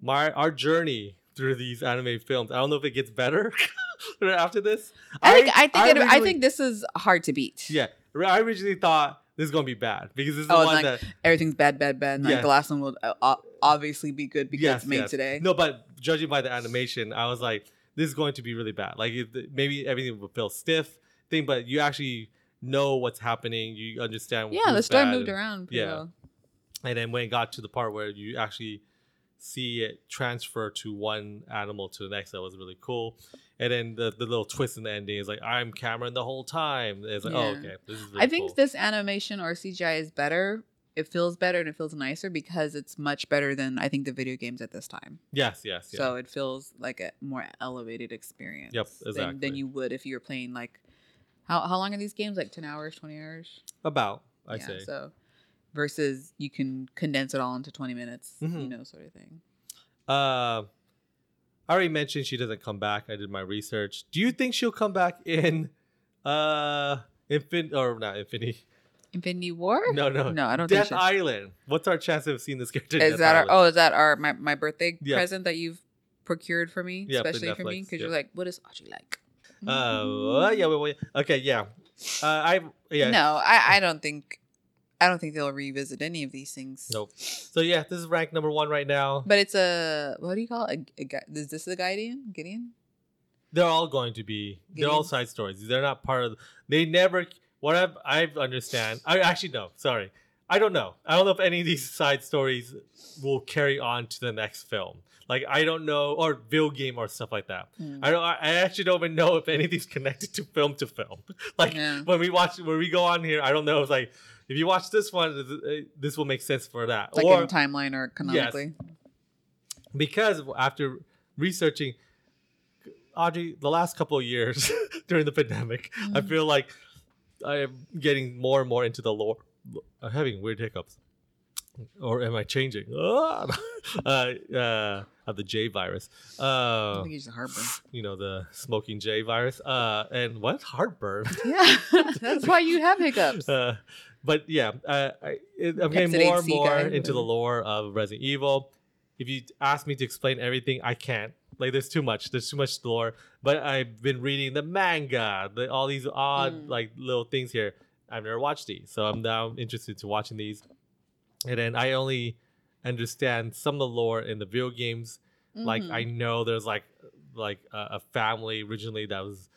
Speaker 2: my our journey through these anime films. I don't know if it gets better (laughs) after this.
Speaker 3: I, think I think it, I
Speaker 2: originally-
Speaker 3: think this is hard to beat.
Speaker 2: yeah. I originally thought this is gonna be bad because this is
Speaker 3: Oh,
Speaker 2: the
Speaker 3: and
Speaker 2: one
Speaker 3: like,
Speaker 2: that
Speaker 3: everything's bad, bad, bad. And, like
Speaker 2: Yes.
Speaker 3: the last one will uh, o- obviously be good because
Speaker 2: yes,
Speaker 3: it's made
Speaker 2: yes.
Speaker 3: today.
Speaker 2: No, but judging by the animation, I was like, this is going to be really bad. Like it, maybe everything will feel stiff thing, but you actually know what's happening. You understand.
Speaker 3: yeah, the
Speaker 2: who's
Speaker 3: story
Speaker 2: bad
Speaker 3: moved
Speaker 2: and-
Speaker 3: around. Pretty
Speaker 2: yeah.
Speaker 3: well.
Speaker 2: And then when it got to the part where you actually see it transfer to one animal to the next, that was really cool. And then the, the little twist in the ending is like, I'm Cameron the whole time. It's like, oh,
Speaker 3: Yeah.
Speaker 2: okay. This is really
Speaker 3: I think
Speaker 2: cool.
Speaker 3: this animation or CGI is better. It feels better and it feels nicer because it's much better than I think the video games at this time.
Speaker 2: yes, yes, yes.
Speaker 3: So it feels like a more elevated experience.
Speaker 2: Yep,
Speaker 3: than- Than,
Speaker 2: exactly.
Speaker 3: you would if you were playing like how how long are these games? Like ten hours, twenty hours?
Speaker 2: About, I say.
Speaker 3: So versus you can condense it all into twenty minutes, you
Speaker 2: Mhm.
Speaker 3: know, sort of thing.
Speaker 2: Uh, I already mentioned she doesn't come back. I did my research. Do you think she'll come back in uh Infin or not Infinity?
Speaker 3: Infinity War?
Speaker 2: (laughs) No, no.
Speaker 3: No, I don't think
Speaker 2: Death
Speaker 3: so.
Speaker 2: Island. What's our chance of seeing this character? (laughs) in
Speaker 3: is
Speaker 2: Death
Speaker 3: that our
Speaker 2: Island?
Speaker 3: oh is that our my, my birthday
Speaker 2: Yeah.
Speaker 3: present that you've procured for me
Speaker 2: Yeah, for
Speaker 3: especially for me
Speaker 2: Netflix,
Speaker 3: because you're
Speaker 2: yeah.
Speaker 3: like what is Audrey like Mm.
Speaker 2: Uh, well, yeah, well, well, yeah. Okay, yeah. Uh, I yeah.
Speaker 3: no I, I don't think i don't think they'll revisit any of these things
Speaker 2: Nope. So yeah, this is rank number one right now.
Speaker 3: but it's a what do you call it a, a, gu- is this a guardian gideon
Speaker 2: They're all going to be. They're all
Speaker 3: Gideons.
Speaker 2: side stories. They're not part of. They never. What I've I've understand. I actually no. Sorry, I don't know. I don't know if any of these side stories will carry on to the next film. Like I don't know, or video game or stuff like that.
Speaker 3: Hmm.
Speaker 2: I don't. I actually don't even know if anything's connected to film to film. (laughs) Like
Speaker 3: Yeah.
Speaker 2: when we watch, when we go on here, I don't know. It's like if you watch this one, th- this will make sense for that.
Speaker 3: like
Speaker 2: or
Speaker 3: in timeline or canonically
Speaker 2: because after researching Audrey, the last couple of years (laughs) during the pandemic, I
Speaker 3: Mhm.
Speaker 2: feel like I am getting more and more into the lore. I'm having weird hiccups. Or am I changing? (laughs) Ah! uh, uh, of the J virus.
Speaker 3: i
Speaker 2: Uh,
Speaker 3: think he's a
Speaker 2: (laughs)
Speaker 3: heartburn (laughs)
Speaker 2: you know, the smoking J virus. Uh, and what? Heartburn.
Speaker 3: yeah that's why you have hiccups
Speaker 2: Uh, but yeah, uh, I, it, I'm getting
Speaker 3: Pepsid
Speaker 2: more and
Speaker 3: HC
Speaker 2: more
Speaker 3: guy.
Speaker 2: into the lore of Resident Evil. If you ask me to explain everything, I can't. Like, there's too much. There's too much lore. But I've been reading the manga, the, all these odd
Speaker 3: Mm.
Speaker 2: like little things here. I've never watched these, so I'm now interested to watching these. And then I only understand some of the lore in the video games. (laughs) Like
Speaker 3: Mhm.
Speaker 2: I know there's like like a, a family originally that was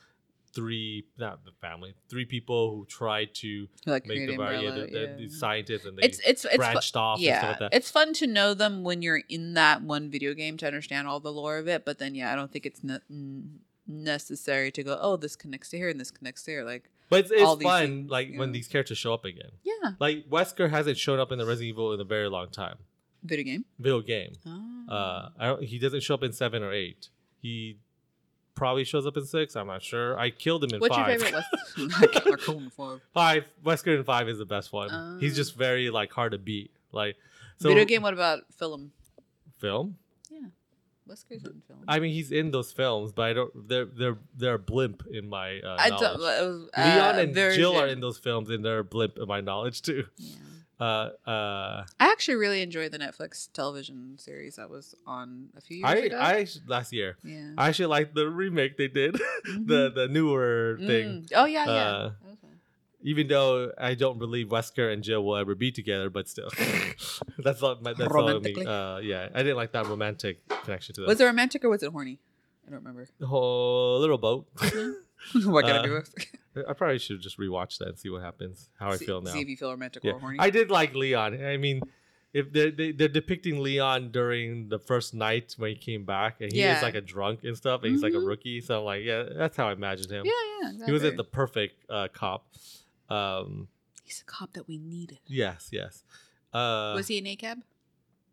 Speaker 2: three not the family three people who tried to
Speaker 3: Who, like
Speaker 2: make the
Speaker 3: created
Speaker 2: bar- yeah, the,
Speaker 3: umbrella,
Speaker 2: the,
Speaker 3: yeah.
Speaker 2: the scientists and they
Speaker 3: it's it's it's fu-
Speaker 2: branched off and
Speaker 3: yeah
Speaker 2: stuff like that.
Speaker 3: it's fun to know them when you're in that one video game to understand all the lore of it but then yeah i don't think it's ne- n- necessary to go oh this connects to here and this connects to here like
Speaker 2: but it's, it's
Speaker 3: all
Speaker 2: fun
Speaker 3: these things,
Speaker 2: like when
Speaker 3: yeah.
Speaker 2: these characters show up again.
Speaker 3: yeah
Speaker 2: Like Wesker hasn't shown up in the Resident Evil in a very long time.
Speaker 3: video game
Speaker 2: Video game.
Speaker 3: oh.
Speaker 2: Uh, I don't, he doesn't show up in seven or eight. He probably shows up in six. I'm not sure. I killed him in
Speaker 3: what's
Speaker 2: five.
Speaker 3: your
Speaker 2: (laughs)
Speaker 3: favorite (laughs) West- Or Conan Four.
Speaker 2: five Wesker in five is the best one. He's
Speaker 3: Oh.
Speaker 2: just very like hard to beat. Like so
Speaker 3: video game what about film
Speaker 2: film.
Speaker 3: yeah Wesker's in film
Speaker 2: I mean, he's in those films, but I don't. They're they're they're a blimp in my uh,
Speaker 3: I
Speaker 2: knowledge.
Speaker 3: don't. It was, uh,
Speaker 2: Leon and Jill are
Speaker 3: version.
Speaker 2: in those films, and they're a blimp in my knowledge too.
Speaker 3: Yeah.
Speaker 2: Uh, uh,
Speaker 3: I actually really enjoyed the Netflix television series that was on a few years
Speaker 2: I
Speaker 3: ago.
Speaker 2: I actu- last year
Speaker 3: yeah.
Speaker 2: I actually liked the remake they did, (laughs) the the newer thing.
Speaker 3: Mm-hmm. Mm. Oh yeah, yeah.
Speaker 2: Uh,
Speaker 3: That was fun.
Speaker 2: Even though I don't believe Wesker and Jill will ever be together, but still, (laughs) that's not my, that's all I mean.
Speaker 3: Romantically.
Speaker 2: Uh, yeah, I didn't like that romantic connection to them.
Speaker 3: Was it romantic or was it horny? I don't remember. (laughs)
Speaker 2: Oh, little boat.
Speaker 3: Mm-hmm. what can
Speaker 2: Uh,
Speaker 3: I do? with-
Speaker 2: (laughs) I probably should just rewatch that and see what happens, how I
Speaker 3: (laughs) see,
Speaker 2: feel now.
Speaker 3: see if you feel romantic
Speaker 2: Yeah.
Speaker 3: or horny.
Speaker 2: I did like Leon. I mean, if they're, they, they're depicting Leon during the first night when he came back, and he
Speaker 3: Yeah.
Speaker 2: is like a drunk and stuff, and he's like a
Speaker 3: Mhm.
Speaker 2: rookie. So I'm like, yeah, that's how I imagined him.
Speaker 3: yeah, yeah. Exactly.
Speaker 2: He was at the perfect uh, cop. Um,
Speaker 3: He's a cop that we needed.
Speaker 2: yes, yes. Uh,
Speaker 3: was he an A cab?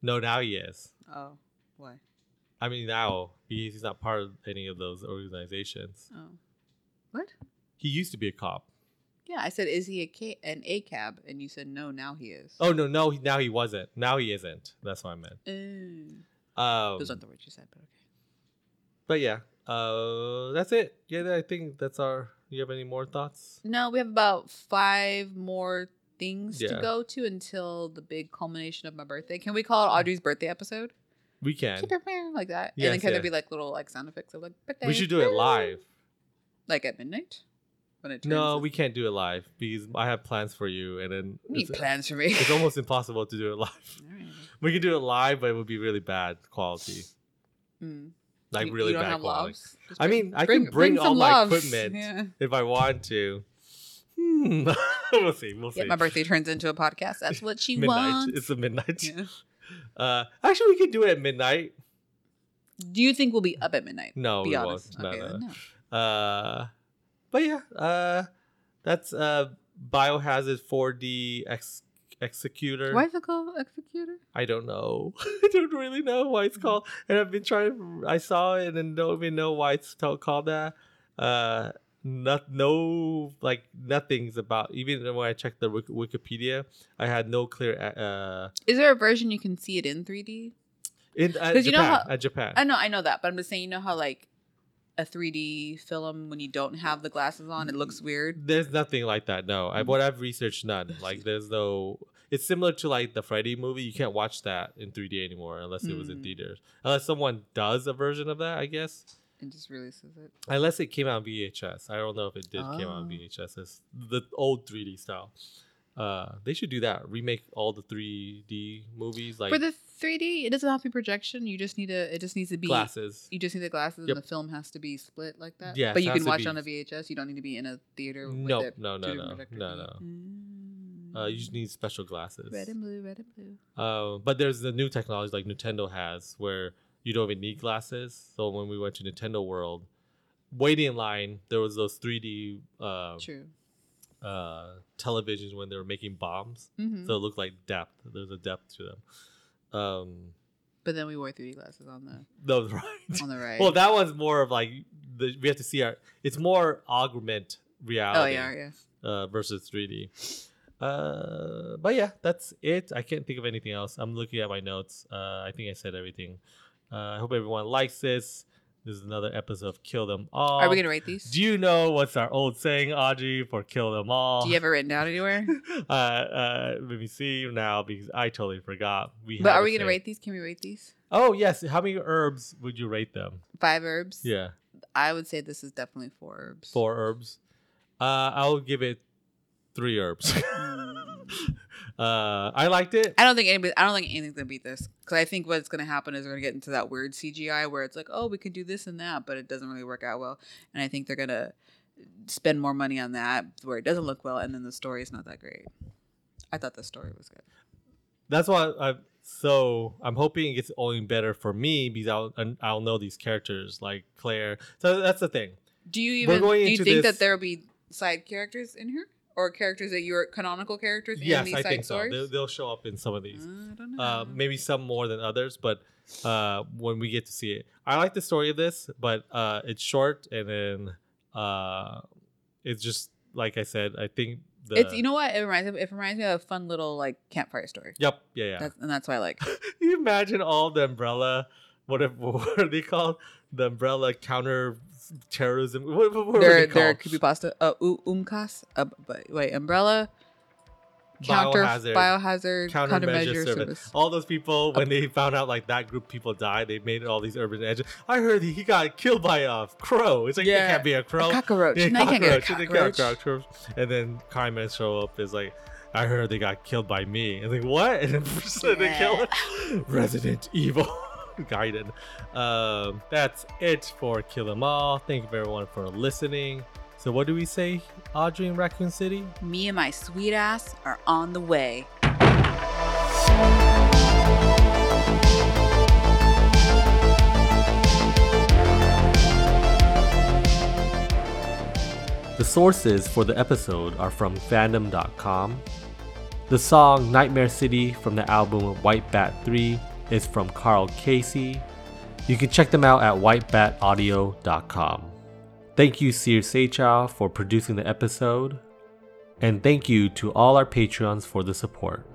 Speaker 2: No, now he is.
Speaker 3: Oh, why?
Speaker 2: I mean, now he's not part of any of those organizations.
Speaker 3: Oh, what?
Speaker 2: He used to be a cop.
Speaker 3: Yeah, I said, is he a K- an A cab? And you said, no. Now he is.
Speaker 2: Oh no, no, he- now he wasn't. Now he isn't. That's what I meant.
Speaker 3: Mm.
Speaker 2: Um,
Speaker 3: Those aren't the words you said, but okay.
Speaker 2: But yeah, uh, that's it. Yeah, I think that's our. You have any more thoughts?
Speaker 3: No, we have about five more things
Speaker 2: Yeah.
Speaker 3: to go to until the big culmination of my birthday. Can we call it Audrey's birthday episode?
Speaker 2: We can.
Speaker 3: like that. and then
Speaker 2: Yes,
Speaker 3: can
Speaker 2: yeah.
Speaker 3: there be like little like sound effects of like birthday?
Speaker 2: We should do it live.
Speaker 3: Like at midnight? When it
Speaker 2: No,
Speaker 3: turns-
Speaker 2: we can't do it live because I have plans for you, and then
Speaker 3: You need
Speaker 2: it's,
Speaker 3: plans for me.
Speaker 2: it's
Speaker 3: (laughs)
Speaker 2: almost impossible to do it (laughs) live.
Speaker 3: Alright.
Speaker 2: We can do it live, but it would be really bad quality,
Speaker 3: Mm.
Speaker 2: like
Speaker 3: You-
Speaker 2: really
Speaker 3: you don't
Speaker 2: bad
Speaker 3: have
Speaker 2: quality.
Speaker 3: lobs? Just
Speaker 2: I
Speaker 3: bring-
Speaker 2: mean, I can bring, all
Speaker 3: some
Speaker 2: my
Speaker 3: lobs.
Speaker 2: equipment
Speaker 3: Yeah.
Speaker 2: if I want to. Hmm. (laughs) we'll see. We'll see.
Speaker 3: Yeah, my birthday turns into a podcast. That's what she
Speaker 2: midnight.
Speaker 3: wants.
Speaker 2: It's a midnight.
Speaker 3: (laughs) Yeah.
Speaker 2: (laughs) Uh, actually, we can do it at midnight.
Speaker 3: Do you think we'll be up at midnight?
Speaker 2: No,
Speaker 3: be
Speaker 2: we
Speaker 3: honest.
Speaker 2: won't. No,
Speaker 3: okay,
Speaker 2: no,
Speaker 3: then
Speaker 2: no.
Speaker 3: no.
Speaker 2: Uh, but yeah, uh, that's uh, Biohazard 4D ex- Executor.
Speaker 3: Why is it called executor?
Speaker 2: I don't know. (laughs) I don't really know why
Speaker 3: Mm-hmm.
Speaker 2: it's called. And I've been trying. I saw it and don't even know why it's t- called that. Uh, not no like nothing's about. Even when I checked the Wik- Wikipedia, I had no clear. Uh,
Speaker 3: Is there a version you can see it in 3D?
Speaker 2: in uh,
Speaker 3: 'Cause you know
Speaker 2: Japan,
Speaker 3: how-
Speaker 2: at Japan.
Speaker 3: I know, I know that, but I'm just saying, you know how like a 3D film when you don't have the glasses on, it looks weird.
Speaker 2: There's nothing like that. No, I,
Speaker 3: Mm-hmm.
Speaker 2: what I've researched, none. Like, there's no. It's similar to like the Freddy movie. You can't watch that in 3D anymore unless it was in
Speaker 3: Hmm.
Speaker 2: theaters. Unless someone does a version of that, I guess.
Speaker 3: It just releases it.
Speaker 2: Unless it came out on VHS. I don't know if it did came out on
Speaker 3: Oh.
Speaker 2: VHS. It's the old 3D style. Uh, they should do that. Remake all the 3D movies like
Speaker 3: For the 3D, it doesn't have to be projection. You just need a. It just needs to be.
Speaker 2: glasses.
Speaker 3: You just need the glasses,
Speaker 2: Yep.
Speaker 3: and the film has to be split like that.
Speaker 2: Yes,
Speaker 3: but you
Speaker 2: has
Speaker 3: can
Speaker 2: to
Speaker 3: watch
Speaker 2: be-
Speaker 3: on a VHS. You don't need to be in a theater. With
Speaker 2: Nope,
Speaker 3: it
Speaker 2: no, no,
Speaker 3: to do
Speaker 2: no,
Speaker 3: projector
Speaker 2: no,
Speaker 3: thingy.
Speaker 2: Uh, you just need special glasses.
Speaker 3: red and blue, red and blue.
Speaker 2: Uh, but there's the new technology like Nintendo has where you don't even need glasses. So when we went to Nintendo World, waiting in line, there was those 3D uh,
Speaker 3: True.
Speaker 2: uh, televisions when they were making bombs.
Speaker 3: hmm
Speaker 2: So it looked like depth. There's a depth to them. Um,
Speaker 3: but then we wore 3D glasses on the
Speaker 2: that was (laughs) right.
Speaker 3: on the right.
Speaker 2: Well, that one's more of like the, we have to see our. It's more augment
Speaker 3: oh
Speaker 2: reality
Speaker 3: yeah, yeah.
Speaker 2: uh, versus 3D. Uh, but yeah, that's it. I can't think of anything else. I'm looking at my notes. Uh, I think I said everything. Uh, I hope everyone likes this. This is another episode of Kill Them All.
Speaker 3: Are we gonna rate these? Do
Speaker 2: Uh, Do you know what's our old saying, Audrey, for Kill Them All?
Speaker 3: you, have it written down anywhere?
Speaker 2: (laughs) uh, uh, let me see now because I totally forgot. We
Speaker 3: but
Speaker 2: had
Speaker 3: are
Speaker 2: a
Speaker 3: we gonna
Speaker 2: saying.
Speaker 3: rate these? Can we rate these?
Speaker 2: Oh yes. How many herbs would you rate them?
Speaker 3: Five herbs.
Speaker 2: Yeah.
Speaker 3: I would say this is definitely four herbs.
Speaker 2: four herbs. Uh, I'll give it three herbs. (laughs)
Speaker 3: Mm.
Speaker 2: uh, I liked it.
Speaker 3: I don't think anybody. I don't think anything's gonna beat this because I think what's gonna happen is we're gonna get into that weird CGI where it's like, oh, we could do this and that, but it doesn't really work out well. And I think they're gonna spend more money on that where it doesn't look well, and then the story is not that great. I thought the story was good.
Speaker 2: that's why I so I'm hoping it gets only better for me because I'll and I'll know these characters like Claire. So that's the thing.
Speaker 3: Do you
Speaker 2: We're
Speaker 3: even do
Speaker 2: going
Speaker 3: you
Speaker 2: into
Speaker 3: think
Speaker 2: this-
Speaker 3: that there will be side characters in here or characters that you're canonical characters in
Speaker 2: Yes,
Speaker 3: these
Speaker 2: I
Speaker 3: side Ah.
Speaker 2: think so.
Speaker 3: stories?
Speaker 2: They'll, they'll show up in some of these.
Speaker 3: I don't know.
Speaker 2: Uh, maybe some more than others, but uh, when we get to see it, I like the story of this, but uh, it's short and then uh, it's just like I said. I think the
Speaker 3: it's you know what it reminds me. It reminds me of a fun little like campfire story.
Speaker 2: Yep. Yeah. Yeah.
Speaker 3: That's, and that's why I like. it.
Speaker 2: Can you imagine all the umbrella whatever (laughs) what are they called the umbrella counter terrorism what, what, what are they
Speaker 3: There,
Speaker 2: called
Speaker 3: there could be pasta. Uh, u- umkas. Uh, but wait, umbrella. Counter
Speaker 2: Biohazard.
Speaker 3: biohazard, countermeasure, service.
Speaker 2: all those people when they found out like that group of people died they made all these urban edges i heard he got killed by a crow it's like it
Speaker 3: Yeah.
Speaker 2: can't be a crow
Speaker 3: A cockroach.
Speaker 2: Yeah,
Speaker 3: no, you can't get a
Speaker 2: cockroach. They
Speaker 3: cockroach.
Speaker 2: got cockroach. and then Carmen show up is like i heard they got killed by me and like what (laughs) and then they kill him resident evil (laughs) guided um that's it for kill 'em all thank you everyone for listening so what do we say audrey in raccoon city
Speaker 3: Me and my sweet ass are on the way.
Speaker 2: The sources for the episode are from fandom.com. The song Nightmare City from the album White Bat 3 is from Carl Casey. You can check them out at whitebataudio.com. Thank you, Seer Seychow, for producing the episode. And thank you to all our Patreons for the support.